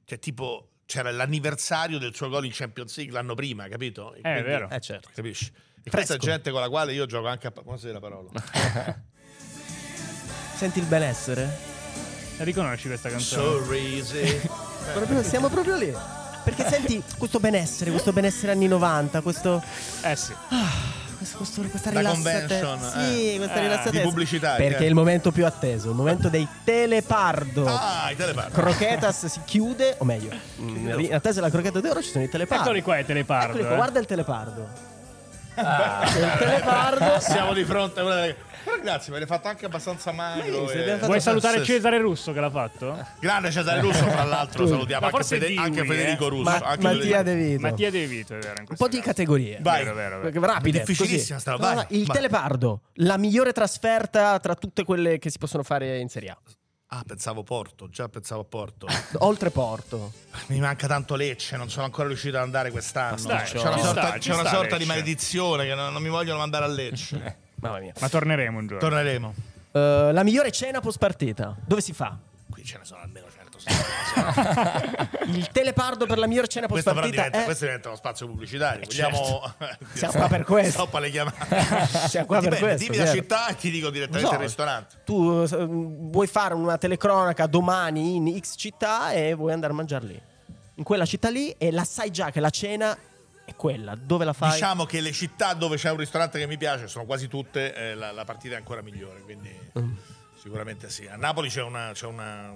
cioè, tipo, c'era l'anniversario del suo gol in Champions League l'anno prima, capito? E Dai. Eh, è vero. Eh, certo. Capisci? E questa è Fresco. gente con la quale io gioco anche a. pa- Buonasera, Parolo. Senti il benessere? Riconosci questa canzone? so easy. Proprio- siamo proprio lì. Perché senti questo benessere, questo benessere anni 90, questo, Eh sì. questo- questo- questa La rilassatezza. convention, Sì, eh. questa Ah, rilassatezza. di pubblicità, Perché eh. è il momento più atteso, il momento dei telepardo. Ah, i teleparti. Croquetas si chiude, o meglio, Mm, in in attesa della crochetta d'oro ci sono i telepardo. Eccoli qua i telepardo, Eccoli qua, eh. guarda il telepardo. C'è il telepardo. Eh. Siamo di fronte a una delle- Però grazie, mi avete fatto anche abbastanza magro. se e- abbiamo fatto- Vuoi salutare Sì, sì. Cesare Russo che l'ha fatto? Eh, Grande Cesare Russo, fra l'altro, salutiamo Ma anche, forse Fede- di anche lui, Federico eh. Russo. Ma- anche Mattia Federico- De Vito. Mattia De Vito, è vero. in Un questo po' di caso. categorie. Vai. Vero, vero, vero. Perché Rapide. Difficilissima sta roba, No, no, vai, il vai. Telepardo, la migliore trasferta tra tutte quelle che si possono fare in Serie A. Ah, pensavo Porto, già pensavo a Porto. Oltre Porto. Mi manca tanto Lecce, non sono ancora riuscito ad andare quest'anno. Dai, c'è una ci sorta, sta, ci c'è una sta sorta Lecce. di maledizione che non, non mi vogliono mandare a Lecce. Mamma mia. Ma torneremo un giorno. Torneremo. Eh, la migliore cena post partita. Dove si fa? Qui ce ne sono almeno certo 100. Il Telepardo per la migliore cena post questo, però partita. diventa, è- questo diventa uno spazio pubblicitario. Vogliamo. Siamo qua per questo. Stoppa le chiamate. Siamo qua per Dipende, questo, certo. Dimmi la chiaro. città e ti dico direttamente No, il ristorante. Tu eh, vuoi fare una telecronaca domani in X città e vuoi andare a mangiare lì. In quella città lì e la sai già che la cena è quella. Dove la fai? Diciamo che le città dove c'è un ristorante che mi piace sono quasi tutte, eh, la, la partita è ancora migliore, quindi Mm. sicuramente sì. A Napoli c'è una, c'è una,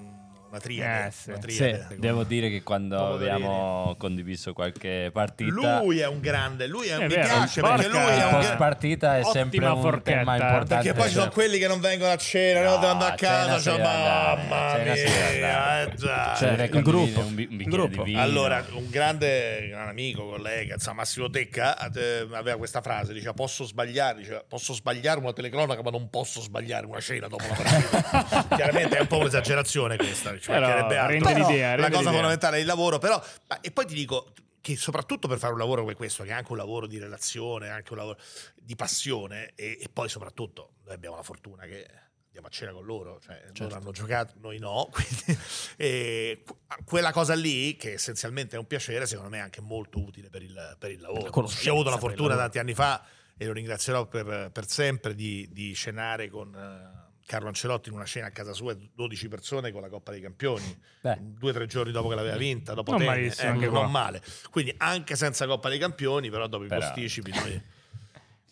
una triade. Eh, sì. una triade. Sì. Cioè, Devo dire che quando Pomodorini. abbiamo condiviso qualche partita, Lui è un grande, lui è un È mi vero, piace porca- perché lui è un post grande. partita è Ottima sempre un forchetta, tema eh. importante. Perché poi ci sono Cioè, quelli che non vengono a cena, no, No, devono andare a cena casa, se cioè, deve andare, mamma cena se deve mia. andare. eh, dai. cioè, il condivide gruppo. un, bi- un Il bicchiere gruppo. di vino. Allora, un grande, gran amico, collega, insomma, Massimo Tecca, eh, aveva questa frase, diceva posso sbagliare, diceva, posso sbagliare una telecronaca ma non posso sbagliare una cena dopo la partita. Chiaramente è un po' un'esagerazione questa, ci Però mancherebbe altro. rende Però l'idea, La rende cosa l'idea. fondamentale è il lavoro, però... ma- e poi ti dico che soprattutto per fare un lavoro come questo, che è anche un lavoro di relazione, anche un lavoro di passione, e, e poi soprattutto noi abbiamo la fortuna che andiamo a cena con loro, cioè loro hanno giocato, noi no, quindi e qu- quella cosa lì, che essenzialmente è un piacere, secondo me è anche molto utile per il, per il lavoro. La conoscenza, Io ho avuto la per il fortuna lavoro. tanti anni fa, e lo ringrazierò per, per sempre, di, di cenare con eh, Carlo Ancelotti in una cena a casa sua, 12 persone con la Coppa dei Campioni, Beh. due o tre giorni dopo che l'aveva vinta, dopo Non Tene, malissimo, eh, anche qua. non male. Quindi anche senza Coppa dei Campioni, però dopo Però- i posticipi noi...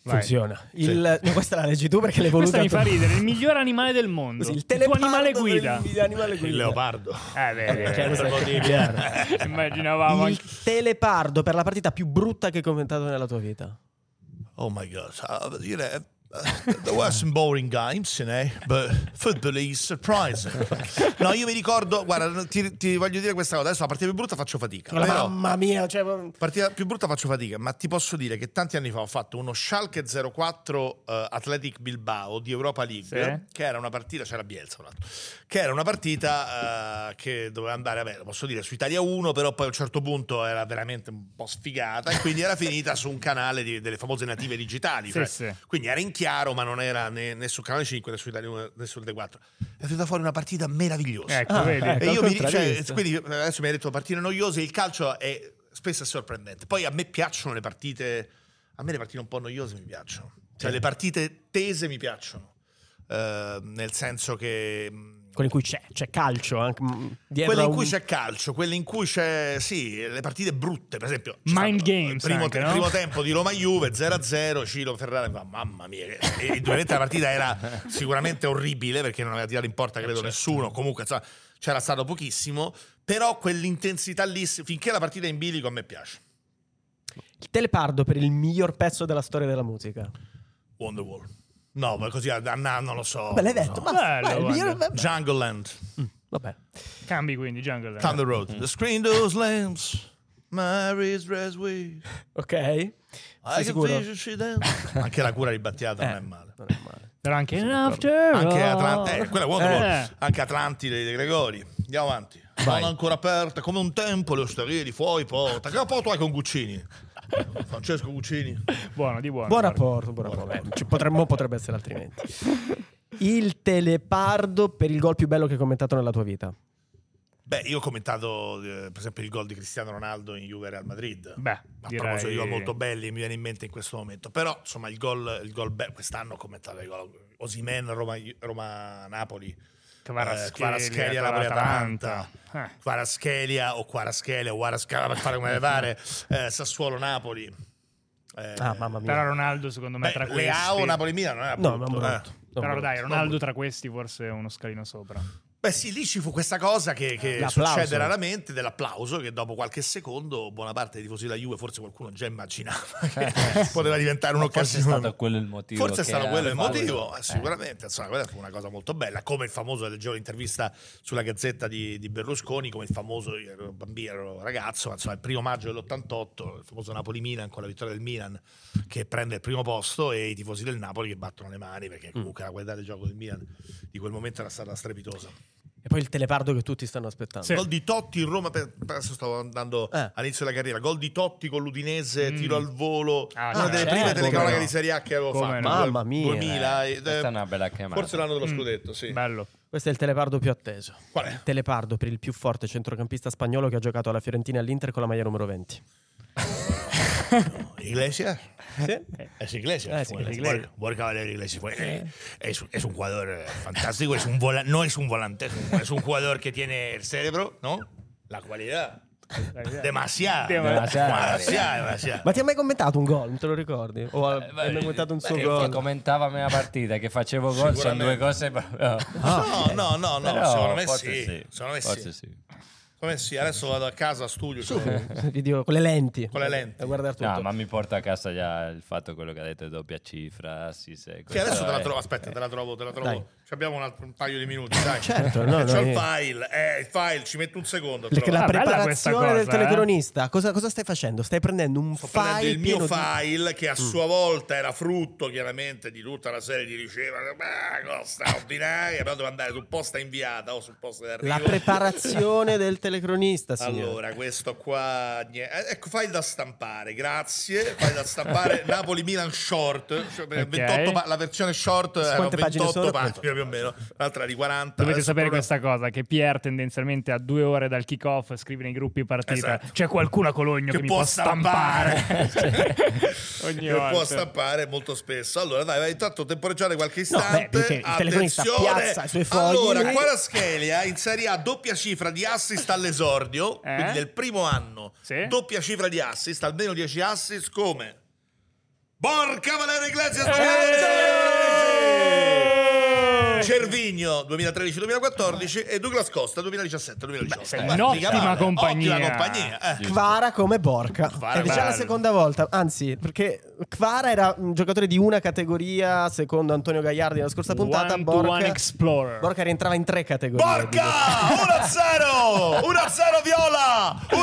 Vai. Funziona. Il- no, questa la leggi tu perché l'hai voluta Questa mi tu. fa ridere, il miglior animale del mondo. Così, il tuo telepardo animale del- guida. l'animale guida. Il leopardo. Eh, beh, Cioè, eh, nel senso che- immaginavamo anche... Il telepardo per la partita più brutta che hai commentato nella tua vita. Oh my god. Uh, you know, uh, there were some boring games, you know, but football is surprising. No, io mi ricordo, guarda, ti, ti voglio dire questa cosa, adesso la partita più brutta faccio fatica. però- Mamma mia, cioè, partita più brutta faccio fatica, ma ti posso dire che tanti anni fa ho fatto uno Schalke 04 eh, Athletic Bilbao di Europa League, Sì. che era una partita, c'era Bielsa un altro, che era una partita eh, che doveva andare, vabbè, lo posso dire, su Italia 1, però poi a un certo punto era veramente un po' sfigata e quindi era finita su un canale di- delle famose native digitali, Sì, cioè, sì. quindi era in chiaro, ma non era né, né su Canale 5 né su Italia 1 né sul D4. È venuta fuori una partita meravigliosa. Ecco, Ah, vedi. ecco. E io mi, cioè, contrariista. quindi adesso mi hai detto partite noiose, il calcio è spesso è sorprendente. Poi a me piacciono le partite, a me le partite un po' noiose mi piacciono, cioè le partite tese mi piacciono, Eh, nel senso che... mh, Quello in cui c'è, c'è calcio anche mh, dietro quelle a in cui un- c'è calcio, quelle in cui c'è, sì, le partite brutte, per esempio. ci Mind stanno games Il primo, anche, il no? primo tempo di Roma-Juve, 0-0, Ciro Ferrara fa, mamma mia. che- E, e duramente la partita era sicuramente orribile, perché non aveva tirato in porta, Eh, credo, certo. nessuno. Comunque, insomma, c'era stato pochissimo. Però quell'intensità lì, se- finché la partita è in bilico, a me piace. Il telepardo per il miglior pezzo della storia della musica. Wonderwall. No, ma così, a- a- Oh, no, non lo so. Vabbè, l'hai non lo detto, so. ma Bello, ma il miglior- guarda. vabbè. Jungle Land, Vabbbe. Cambi quindi, Jungle. Thunder Mm. Road, The Screen Those Lamps, Mary's Dress Week. Ok. Sei Anche sicuro? Eh. Anche la cura ribattiata Eh. non è male. Non è male. Però anche in After Anche All. Atlanti, eh, quella è Wonderwall. Eh. Anche Atlanti dei De Gregori. Andiamo avanti. Sono ancora aperte come un tempo le osterie di fuori porta. Che rapporto hai con Guccini? Francesco Guccini. Buono, di buono. Buon guarda. rapporto, buon rapporto. Beh, ci potremmo, potrebbe essere altrimenti. Il telepardo per il gol più bello che hai commentato nella tua vita. Beh, io ho commentato eh, per esempio il gol di Cristiano Ronaldo in Juve Real Madrid. Beh, a direi... proposito di gol cioè, molto belli mi viene in mente in questo momento. Però, insomma, il gol, il gol be- quest'anno ho commentato i gol Osimen Roma, Roma Napoli. Kvaraschelia, Eh, Kvaraschelia, Napoli, Atalanta. Eh. Quaraschelia o Quaraschelia o Guaraschelia per fare come le pare, eh, Sassuolo Napoli. Eh, Ah, mamma mia. Però Ronaldo, secondo me, beh, tra questi... Leao Napoli Milan non era No, brutto, non brutto. eh. Non Però brutto. dai, Ronaldo tra questi forse è uno scalino sopra. Beh, sì, lì ci fu questa cosa che, che L'applauso. succede raramente dell'applauso che dopo qualche secondo buona parte dei tifosi della Juve, forse qualcuno già immaginava che poteva diventare Eh, Forse è un'occasione. stato quello il motivo. Forse è che stato ha quello il fatto- motivo, eh, Eh. sicuramente. Insomma, quella fu una cosa molto bella. Come il famoso, leggevo l'intervista sulla Gazzetta di, di Berlusconi, come il famoso, io ero bambino, ero ragazzo, ma insomma, il primo maggio dell'88, il famoso Napoli-Milan con la vittoria del Milan che prende il primo posto e i tifosi del Napoli che battono le mani perché comunque la qualità del gioco del Milan di quel momento era stata strepitosa. E poi il telepardo che tutti stanno aspettando. Sì. Gol di Totti in Roma, per- per- adesso stavo andando Eh. all'inizio della carriera, gol di Totti con l'Udinese, Mm. tiro al volo, Ah, una delle certo, prime Eh, come telecronache no. di Serie A che avevo Come fatto. no. Mamma mia. 2000, ed, eh, Questa è una bella chiamata. forse l'anno dello Mm. scudetto, sì. Bello. Questo è il telepardo più atteso. Qual è? Il telepardo per il più forte centrocampista spagnolo che ha giocato alla Fiorentina e all'Inter con la maglia numero 20. Iglesias. Sì. Eh, Es Iglesias. Ah, es fue- Iglesias. Borja- Borja Valero Iglesias. fue- eh, es, es un jugador eh, fantástico, es un vola- no es un volante, es un- es un jugador que tiene el cerebro, ¿no? La cualidad. Demasiada. Demasiada. Demasiada, demasiada. Ma ti ha mai commentato un gol? Non te lo ricordi? O Eh, Eh, ha- hai mai commentato un suo Che gol? commentava a me la partita, che facevo gol, sono due cose proprio... No, no, no, no, Però secondo me forse sì. Secondo me forse sì. Secondo me sì. Adesso vado a casa, a studio. cioè, Video con le lenti. Eh, Con le lenti. A guardare tutto. No, ma mi porta a casa già il fatto quello che ha detto doppia cifra, sì, sì. Sì, adesso te la trovo, aspetta, te la trovo, te la trovo. Dai. Ci abbiamo un, altro- un paio di minuti, dai. Certo, no, Eh, no, c'ho il io- file, eh, il file, ci metto un secondo. te lo- Perché la Ah, bella questa preparazione cosa, del eh. telecronista, cosa, cosa stai facendo? Stai prendendo un Sto file prendendo il mio pieno di- Mm. file che a sua volta era frutto chiaramente di tutta una serie di ricevate ma, cosa straordinaria, però devo andare su posta inviata o su posta d'arrivo. La preparazione del telecronista, signore. Allora, questo qua, nie- eh, ecco, file da stampare, grazie. File da stampare Napoli-Milan short, cioè, per Ok. 28 pa- la versione short era Quante 28 pagine sono? pagine più o meno, l'altra di 40. Dovete Adesso sapere proprio- questa cosa, che Pierre tendenzialmente a due ore dal kick-off scrive nei gruppi partita Esatto. c'è qualcuno a Cologno che, mi può stampare. Ogni Che volta. può stampare molto spesso. Allora, dai, vai intanto temporeggiare qualche istante. beh, perché il telecronista Attenzione. piazza i suoi fogli. Allora, Quaraschelia in Serie A doppia cifra di assist all'esordio, Eh? quindi del primo anno. Sì. Doppia cifra di assist, almeno 10 assist come Borca Valerio Eh! Iglesias Cervigno 2013-2014 e Douglas Costa 2017-2018. sei Guarda, un'ottima mica male. compagnia. Ottima compagnia. eh. Kvara come Borca. Kvara è già bello. la seconda volta, anzi, perché Kvara era un giocatore di una categoria, secondo Antonio Gagliardi nella scorsa puntata. One to Borca, one explorer. Borca rientrava in tre categorie. Porca! 1-0! 1-0 Viola! 1-0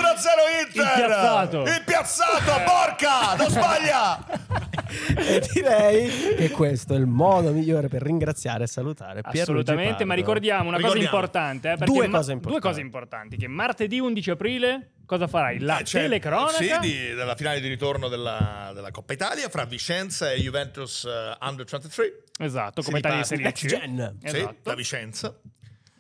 Inter! Impiazzato. Impiazzato, porca! Non sbaglia! e direi che questo è il modo migliore per ringraziare e salutare Pierluigi Assolutamente, ma Pardo. ricordiamo una cosa Ricordiamo. importante. eh, perché Due ma- cose importanti. due cose importanti. Che martedì 11 aprile cosa farai? La Eh, c'è- telecronaca. Sì, di- della finale di ritorno della, della Coppa Italia fra Vicenza e Juventus eh, Under 23. Esatto, Sì, come di Italia di Parma. Serie Next C. Gen. Sì, Esatto. da Vicenza.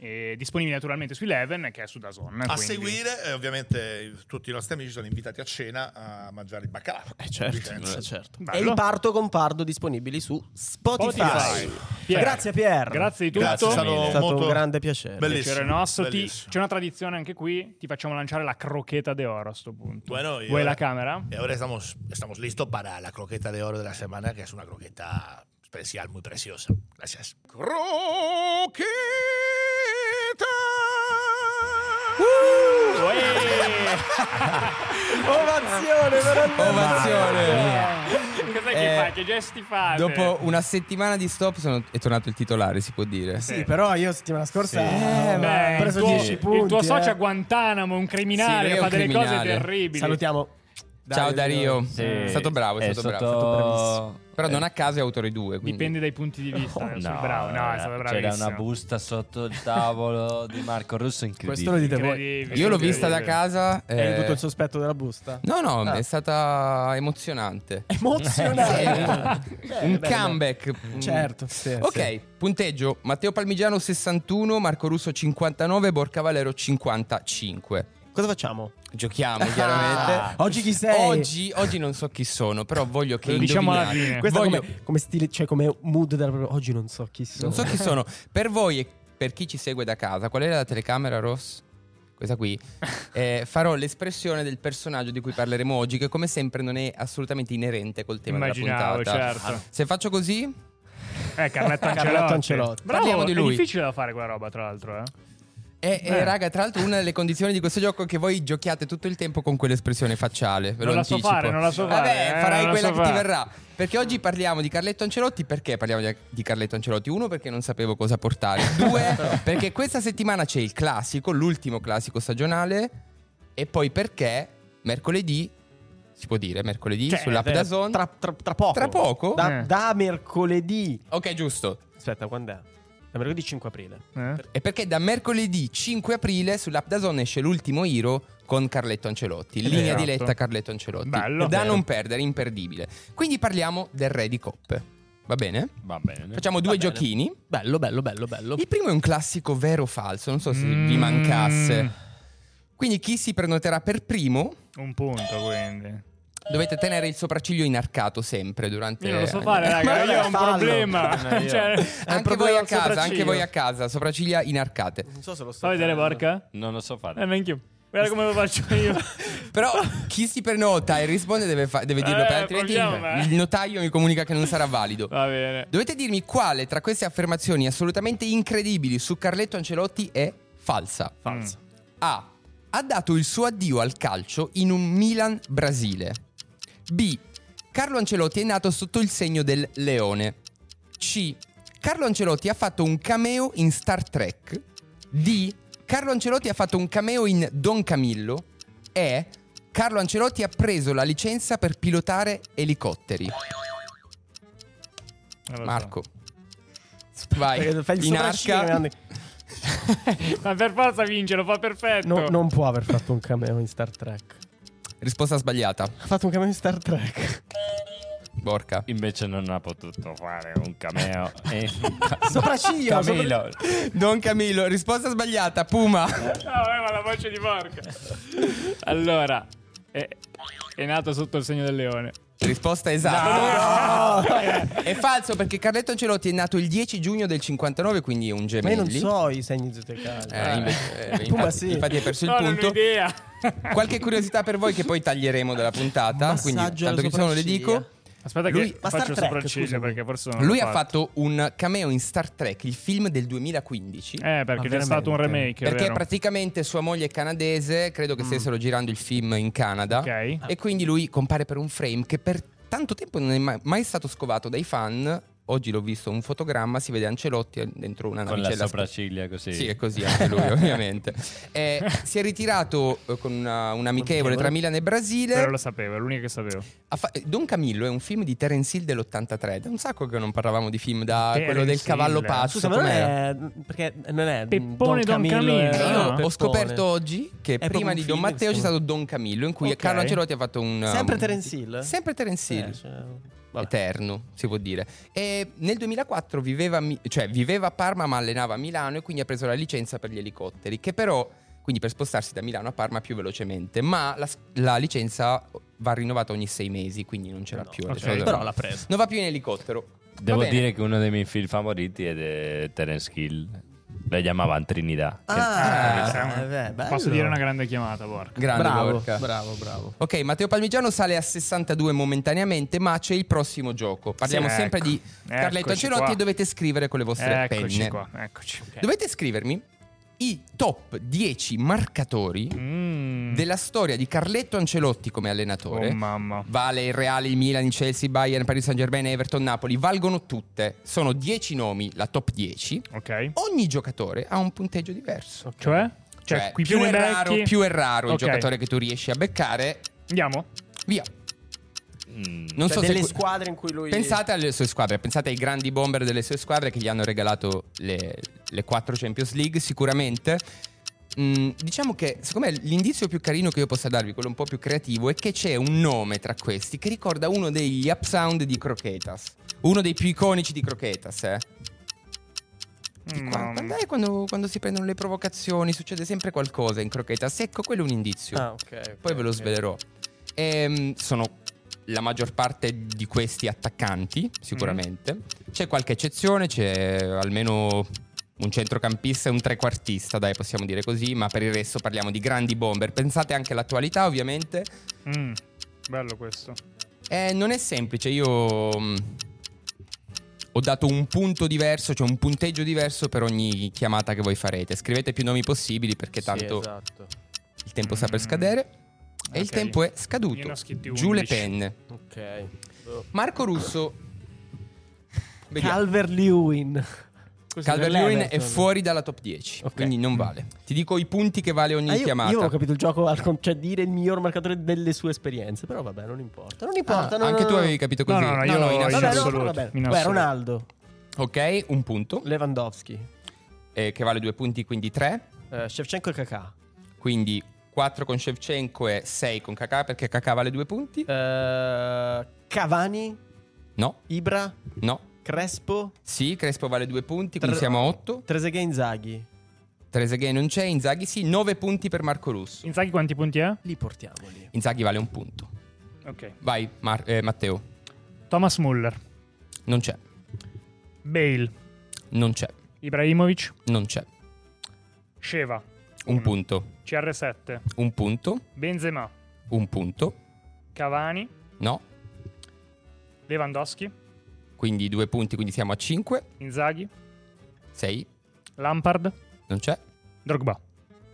E disponibile naturalmente su Eleven, che è su Dazon. A quindi. seguire, eh, ovviamente, tutti i nostri amici sono invitati a cena a mangiare il baccalà. Eh, Vicenza. certo, eh, certo. E Bello. il parto con Pardo disponibili su Spotify. Spotify. Pier, Grazie Pier. Grazie di tutto. Grazie, è È stato, stato molto un grande piacere. Bellissimo. Piacere nostro. Ti- bellissimo. c'è una tradizione anche qui. Ti facciamo lanciare la crocheta de oro a sto punto. Bueno, y Vuoi ahora- la camera? Y ahora estamos, estamos listos para la croqueta de oro de la semana, que es una croqueta especial, muy preciosa. Gracias. Uh! Ovazione, veramente. Oh, Cos'è che Eh, fai? Che gesti fai? Dopo una settimana di stop sono- è tornato il titolare, si può dire. Sì, però io settimana scorsa Eh, ho Beh, il preso tuo, 10 punti. il tuo eh. socio a Guantanamo, un criminale Sì, lui che è fa un delle cose criminale. terribili. Salutiamo. Ciao Dario, Sì. Eh. è stato bravo, è, stato, bravo. è stato bravissimo. Però non a caso è autore 2. Dipende dai punti di vista. adesso, Oh, No, eh, bravo. No, è stato c'era bravissimo. una busta sotto il tavolo di Marco Russo Questo lo incredibile. dite voi. Incredibile, Io l'ho vista da incredibile. casa. Hai eh, avuto il sospetto della busta? No, no, Ah. Eh, è stata emozionante. Emozionante. Bene, un bene, comeback. bene. Mm. Certo, sì, Ok, sì. punteggio Matteo Palmigiano 61, Marco Russo 59, Borca Valero 55. Cosa facciamo? Giochiamo chiaramente. Oggi chi sei? Ah. Oggi, oggi non so chi sono, però voglio che Lo diciamo alla indovinate. fine. Questo Voglio- come, come stile, cioè come mood della propria- Oggi non so chi sono. Non so chi sono. Per voi e per chi ci segue da casa, qual era la telecamera, Ross? Questa qui. Eh, farò l'espressione del personaggio di cui parleremo oggi, che come sempre non è assolutamente inerente col tema della Immaginavo, puntata. certo. Se faccio così, Eh, Carletto Ancelotti. Carletto Ancelotti. Bravo, Parliamo di lui. È difficile da fare quella roba, tra l'altro. Eh? E, e, Eh. raga, tra l'altro, una delle condizioni di questo gioco è che voi giochiate tutto il tempo con quell'espressione facciale. Ve lo Non la so anticipo. fare, non la so Vabbè, fare, eh, farai non la quella so che ti fare. verrà. Perché oggi parliamo di Carletto Ancelotti. Perché parliamo di, di Carletto Ancelotti? Uno, perché non sapevo cosa portare. Due, perché questa settimana c'è il classico, l'ultimo classico stagionale. E poi perché mercoledì, si può dire, mercoledì Cioè, sulla Eh, Pedazon. tra, tra- tra poco. Tra poco? Da, Eh. da mercoledì. Ok, giusto. Aspetta, quando è? Da mercoledì 5 aprile. Eh? E perché da mercoledì 5 aprile sull'app da Zone esce l'ultimo Hero con Carletto Ancelotti, linea Esatto. di letta Carletto Ancelotti. Bello. da Bello. non perdere, imperdibile. Quindi parliamo del re di coppe. Va bene? Va bene. Facciamo due bene. giochini. Bello, bello, bello, bello. Il primo è un classico vero o falso, non so se vi Mm. mancasse. Quindi chi si prenoterà per primo Un punto, quindi. dovete tenere il sopracciglio inarcato sempre durante Io non lo so fare, eh. raga. Io ho un fallo. problema. No, io- Cioè, è un Anche problema voi a al casa, anche sopracciglio. voi a casa, sopracciglia inarcate. Non so se lo sto Fa vedere Borca? Non lo so Eh, fare. neanch'io. Guarda come lo faccio io. Però chi si prenota e risponde deve, fa- deve dirlo, Eh, per altrimenti proviamo, eh. il notaio mi comunica che non sarà valido. Va bene. Dovete dirmi quale tra queste affermazioni assolutamente incredibili su Carletto Ancelotti è falsa. Falso. A. Ha dato il suo addio al calcio in un Milan-Brasile. B. Carlo Ancelotti è nato sotto il segno del leone. C. Carlo Ancelotti ha fatto un cameo in Star Trek. D. Carlo Ancelotti ha fatto un cameo in Don Camillo. E. Carlo Ancelotti ha preso la licenza per pilotare elicotteri. Marco. Vai. Perché fai il in sopracciglio arca. grande. Ma per forza vince, lo fa perfetto. No, non può aver fatto un cameo in Star Trek. Risposta sbagliata. Ha fatto un cameo in Star Trek. Borca. Invece non ha potuto fare un cameo. E- Sopracciglio. sopra- Camilo. Don Camillo, risposta sbagliata. Puma. Ah, aveva la voce di porca. Allora, è, è nato sotto il segno del leone. Risposta Ah, esatta. È falso perché Carletto Ancelotti è nato il 10 giugno del 59, quindi è un Ma io non gemelli. so i segni zodiacali. Eh, inve- eh, Puma infatti, sì. infatti hai perso il no, non ho punto. idea. Qualche curiosità per voi che poi taglieremo dalla puntata. Massaggio quindi, alle tanto che ci sono, le sopracciglia. dico. Aspetta Lui- che ma Star faccio Trek, sopracciglia scusami. perché forse non Lui l'ho ha fatto un cameo in Star Trek, il film del 2015. Eh, perché Ah, c'è stato un veramente? remake, è Perché vero? Mm. praticamente sua moglie è canadese, credo che stessero girando il film in Canada. Ok. E quindi lui compare per un frame che per tanto tempo non è mai, mai stato scovato dai fan. O oggi l'ho visto un fotogramma, si vede Ancelotti dentro una Con la navicella sopracciglia così. Sì, ecco. è così anche lui, ovviamente. Eh, si è ritirato eh, con una, un amichevole tra Milano e Brasile. Però lo sapevo, è l'unica che sapevo. Ha fa- eh, Don Camillo è un film di Terence Hill dell'83. Da un sacco che non parlavamo di film, da quello del Terence cavallo Hill. pazzo. Ah, Scusa, ma non com'era? è. Perché non è. Peppone Don è- Camillo, no, no? Peppone. Ho scoperto oggi che È proprio prima un di Don film che Matteo si c'è chiama- stato Don Camillo, in cui Ok. Carlo Ancelotti ha fatto un. Sempre um, Terence Hill? Sempre Terence Hill. Eh, cioè, vabbè. Eterno, si può dire. E nel 2004 viveva, a Mi- cioè, viveva a Parma ma allenava a Milano e quindi ha preso la licenza per gli elicotteri, che però, quindi per spostarsi da Milano a Parma più velocemente, ma la, s- la licenza va rinnovata ogni sei mesi, quindi non ce cioè, l'ha più. Eh ok. adesso. Però l'ha preso. Non va più in elicottero. Va Devo bene. dire che uno dei miei film favoriti è de- Terence Hill. La chiamavano Trinidad. Che- Ah, eh, beh, bello. Posso dire una grande chiamata, porca. Grande Bravo, Gorka. bravo, bravo. Ok, Matteo Palmigiano sale a 62 momentaneamente, ma c'è il prossimo gioco. Parliamo Sì, sempre ecco. di Carletto Eccoci Ancelotti qua. e dovete scrivere con le vostre Eccoci penne. qua, eccoci. Dovete scrivermi i top 10 marcatori Mm. della storia di Carletto Ancelotti come allenatore. Oh mamma. Vale il Reale, il Milan, il Chelsea, Bayern, Paris Saint Germain, Everton, Napoli. Valgono tutte. Sono 10 nomi, la top 10. Ok. Ogni giocatore ha un punteggio diverso. Cioè? Cioè, Cioè, qui più, più è ne raro, becchi- più è raro il Ok. giocatore che tu riesci a beccare. Andiamo? Via. Mm. Non Cioè, so delle se... squadre in cui lui. Pensate alle sue squadre, pensate ai grandi bomber delle sue squadre che gli hanno regalato le, le quattro Champions League sicuramente. Mm, diciamo che, secondo me, l'indizio più carino che io possa darvi, quello un po' più creativo, è che c'è un nome tra questi che ricorda uno degli upsound di Croquetas. Uno dei più iconici di Croquetas, eh. Di qua- Mm. Guardate quando, quando si prendono le provocazioni, succede sempre qualcosa in Croquetas. Ecco, quello è un indizio. Ah, ok. ok, Poi ve lo ok. svelerò. Ehm, sono la maggior parte di questi attaccanti, Mm. sicuramente. C'è qualche eccezione, c'è almeno un centrocampista e un trequartista, dai, possiamo dire così, ma per il resto parliamo di grandi bomber. Pensate anche all'attualità, ovviamente. Mm. Bello questo. Eh, non è semplice, io mh, ho dato un punto diverso, cioè un punteggio diverso per ogni chiamata che voi farete. Scrivete più nomi possibili perché Sì, tanto esatto. il tempo sta per Mm. scadere. E il Ok. tempo è Io ne scaduto. ho scritti Giù le 11. penne. Ok. Marco Russo. Vediamo. Calvert Lewin. Calvert-Lewin è fuori dalla top 10, Ok. Mm. quindi non vale. Ti dico i punti che vale ogni Ah, io, chiamata. io ho capito il gioco al con- cioè dire il miglior marcatore delle sue esperienze, però vabbè, non importa. Non importa. Ah, no, anche no, tu no. avevi capito No, così. no, no, io in in Vabbè, assoluto. no, assoluto, vabbè. in Beh, assoluto. Ronaldo, Ok, un punto Lewandowski, eh, che vale due punti, quindi tre. eh, Shevchenko e Kakà. Quindi 4 con Shevchenko e 6 con Kakà perché Kakà vale due punti. Eh, Cavani, No, Ibra, no. Crespo, Sì, Crespo vale due punti, quindi Tre- siamo a 8. Trezeguet e Inzaghi. Trezeguet non c'è, Inzaghi sì, 9 punti per Marco Russo. Inzaghi quanti punti è? Li portiamoli. Inzaghi vale un punto. Ok. Vai, Mar- eh, Matteo. Thomas Muller, Non c'è, Bale, non c'è, Ibrahimovic, non c'è. Sheva, Un Mm. Uno. punto, CR7, un punto, Benzema, un punto. Cavani, No, Lewandowski, quindi due punti, quindi siamo a 5. Inzaghi, 6, Lampard, non c'è. Drogba.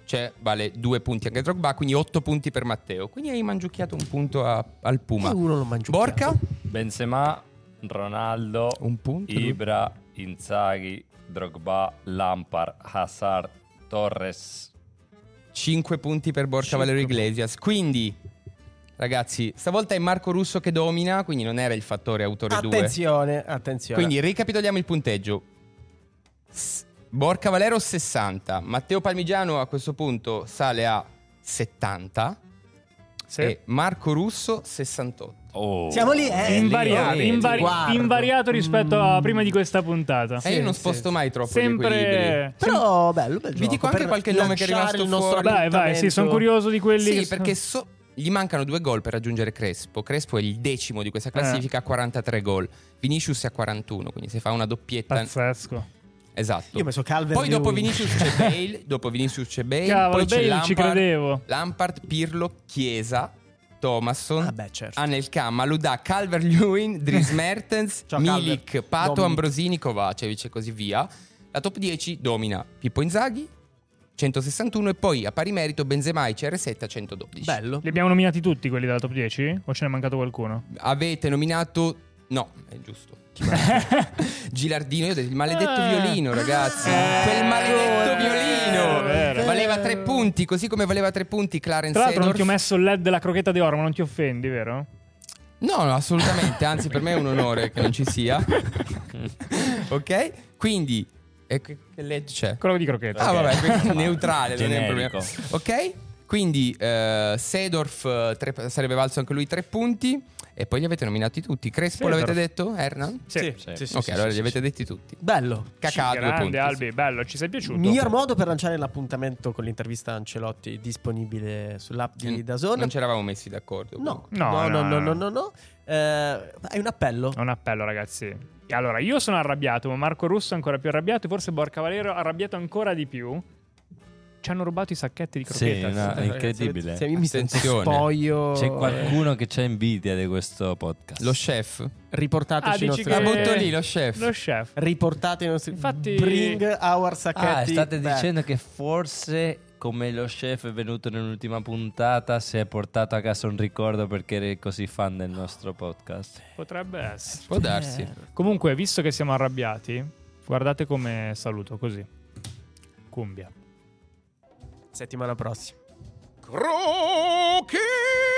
C'è, vale due punti anche Drogba, quindi 8 punti per Matteo. Quindi hai mangiucchiato un punto a- al Puma. Io uno l'ho mangiucchiato. Borca, Benzema, Ronaldo, un punto. due- Ibra, Inzaghi, Drogba, Lampard, Hazard, Torres. 5 punti per Borca Valerio Iglesias. Quindi, ragazzi, stavolta è Marco Russo che domina, quindi non era il fattore autore 2. Attenzione, attenzione. Quindi ricapitoliamo il punteggio. S- Borca Valero 60, Matteo Palmigiano a questo punto sale a 70 Sì. e Marco Russo 68. Oh. siamo lì, eh. Invariato, Lì, eh, invari- guardo. invariato rispetto a prima di questa puntata. e Eh, io non sì, sposto sì. mai troppo gli equilibri. Sempre. Però bello, bel Vi gioco, dico anche per qualche nome che è lanciare rimasto il nostro fuori. Vai, vai, sì, sono curioso di quelli. che Sì, perché so- gli mancano due gol per raggiungere Crespo. Crespo è il decimo di Eh. questa classifica a 43 gol. Vinicius è a 41, quindi se fa una doppietta Pazzesco. Esatto. Io penso Calvert Poi dopo Lewin. Vinicius c'è Bale, dopo Vinicius c'è Bale, Cavolo, poi c'è Bale, ci Lampard, credevo. Lampard, Pirlo, Chiesa, Thomasson, Ah, beh, certo. Anelka, Maluda, Calvert-Lewin, Dries Mertens, Ciao, Milik, Calvert. Pato, Dominic. Ambrosini, Kovacevic e così via. La top 10 domina Pippo Inzaghi 161 e poi a pari merito Benzema e CR7 a 112. Bello. Li abbiamo nominati tutti quelli della top 10? O ce n'è mancato qualcuno? Avete nominato No, è giusto. Gilardino, io ho detto il maledetto violino, ragazzi. Quel maledetto violino. vero. valeva tre punti, così come valeva tre punti Clarence Tra l'altro non Seedorf. ti ho messo il led della crocchetta di oro, ma non ti offendi, vero? No, no, assolutamente, anzi per me è un onore che non ci sia. ok? Quindi, e che che legge c'è? Quello di crocchetta. Ah, ok. vabbè, quindi Ma- neutrale, non è un problema. generico. Ok? Quindi eh, Sedorf eh, tre- sarebbe valso anche lui tre punti. E poi li avete nominati tutti. Crespo Seedorf. l'avete detto? Hernan? Sì. Sì. ok, allora li avete detti tutti. Bello. Cacà, due Grande punti. Albi, bello, ci sei piaciuto? Miglior modo per lanciare l'appuntamento con l'intervista a Ancelotti disponibile sull'app di Sì. Dazon. Non ci eravamo messi d'accordo. No, No, no, no, no, no, no, no. no, no. Eh, hai un appello? Ah, È un appello, ragazzi. E Allora, io sono arrabbiato, ma Marco Russo è ancora più arrabbiato, e forse Borca Valero è arrabbiato ancora di più. Ci hanno rubato i sacchetti di Ah, Sì, crocchetta. no, è incredibile. Sì, io Eh, mi sento Attenzione. spoglio. C'è qualcuno che c'ha invidia di questo podcast. Lo chef. Ah, Riportateci i dici nostri... La che- butto lì, lo chef. Lo chef. Riportate i nostri... Infatti- Bring our sacchetti. Ah, state back. dicendo che forse come lo chef è venuto nell'ultima puntata si è portato a casa un ricordo perché eri così fan del nostro podcast. Potrebbe essere. Eh. Può darsi. Comunque, visto che siamo arrabbiati, guardate come saluto, così. Cumbia. Settimana prossima. Crocchetta!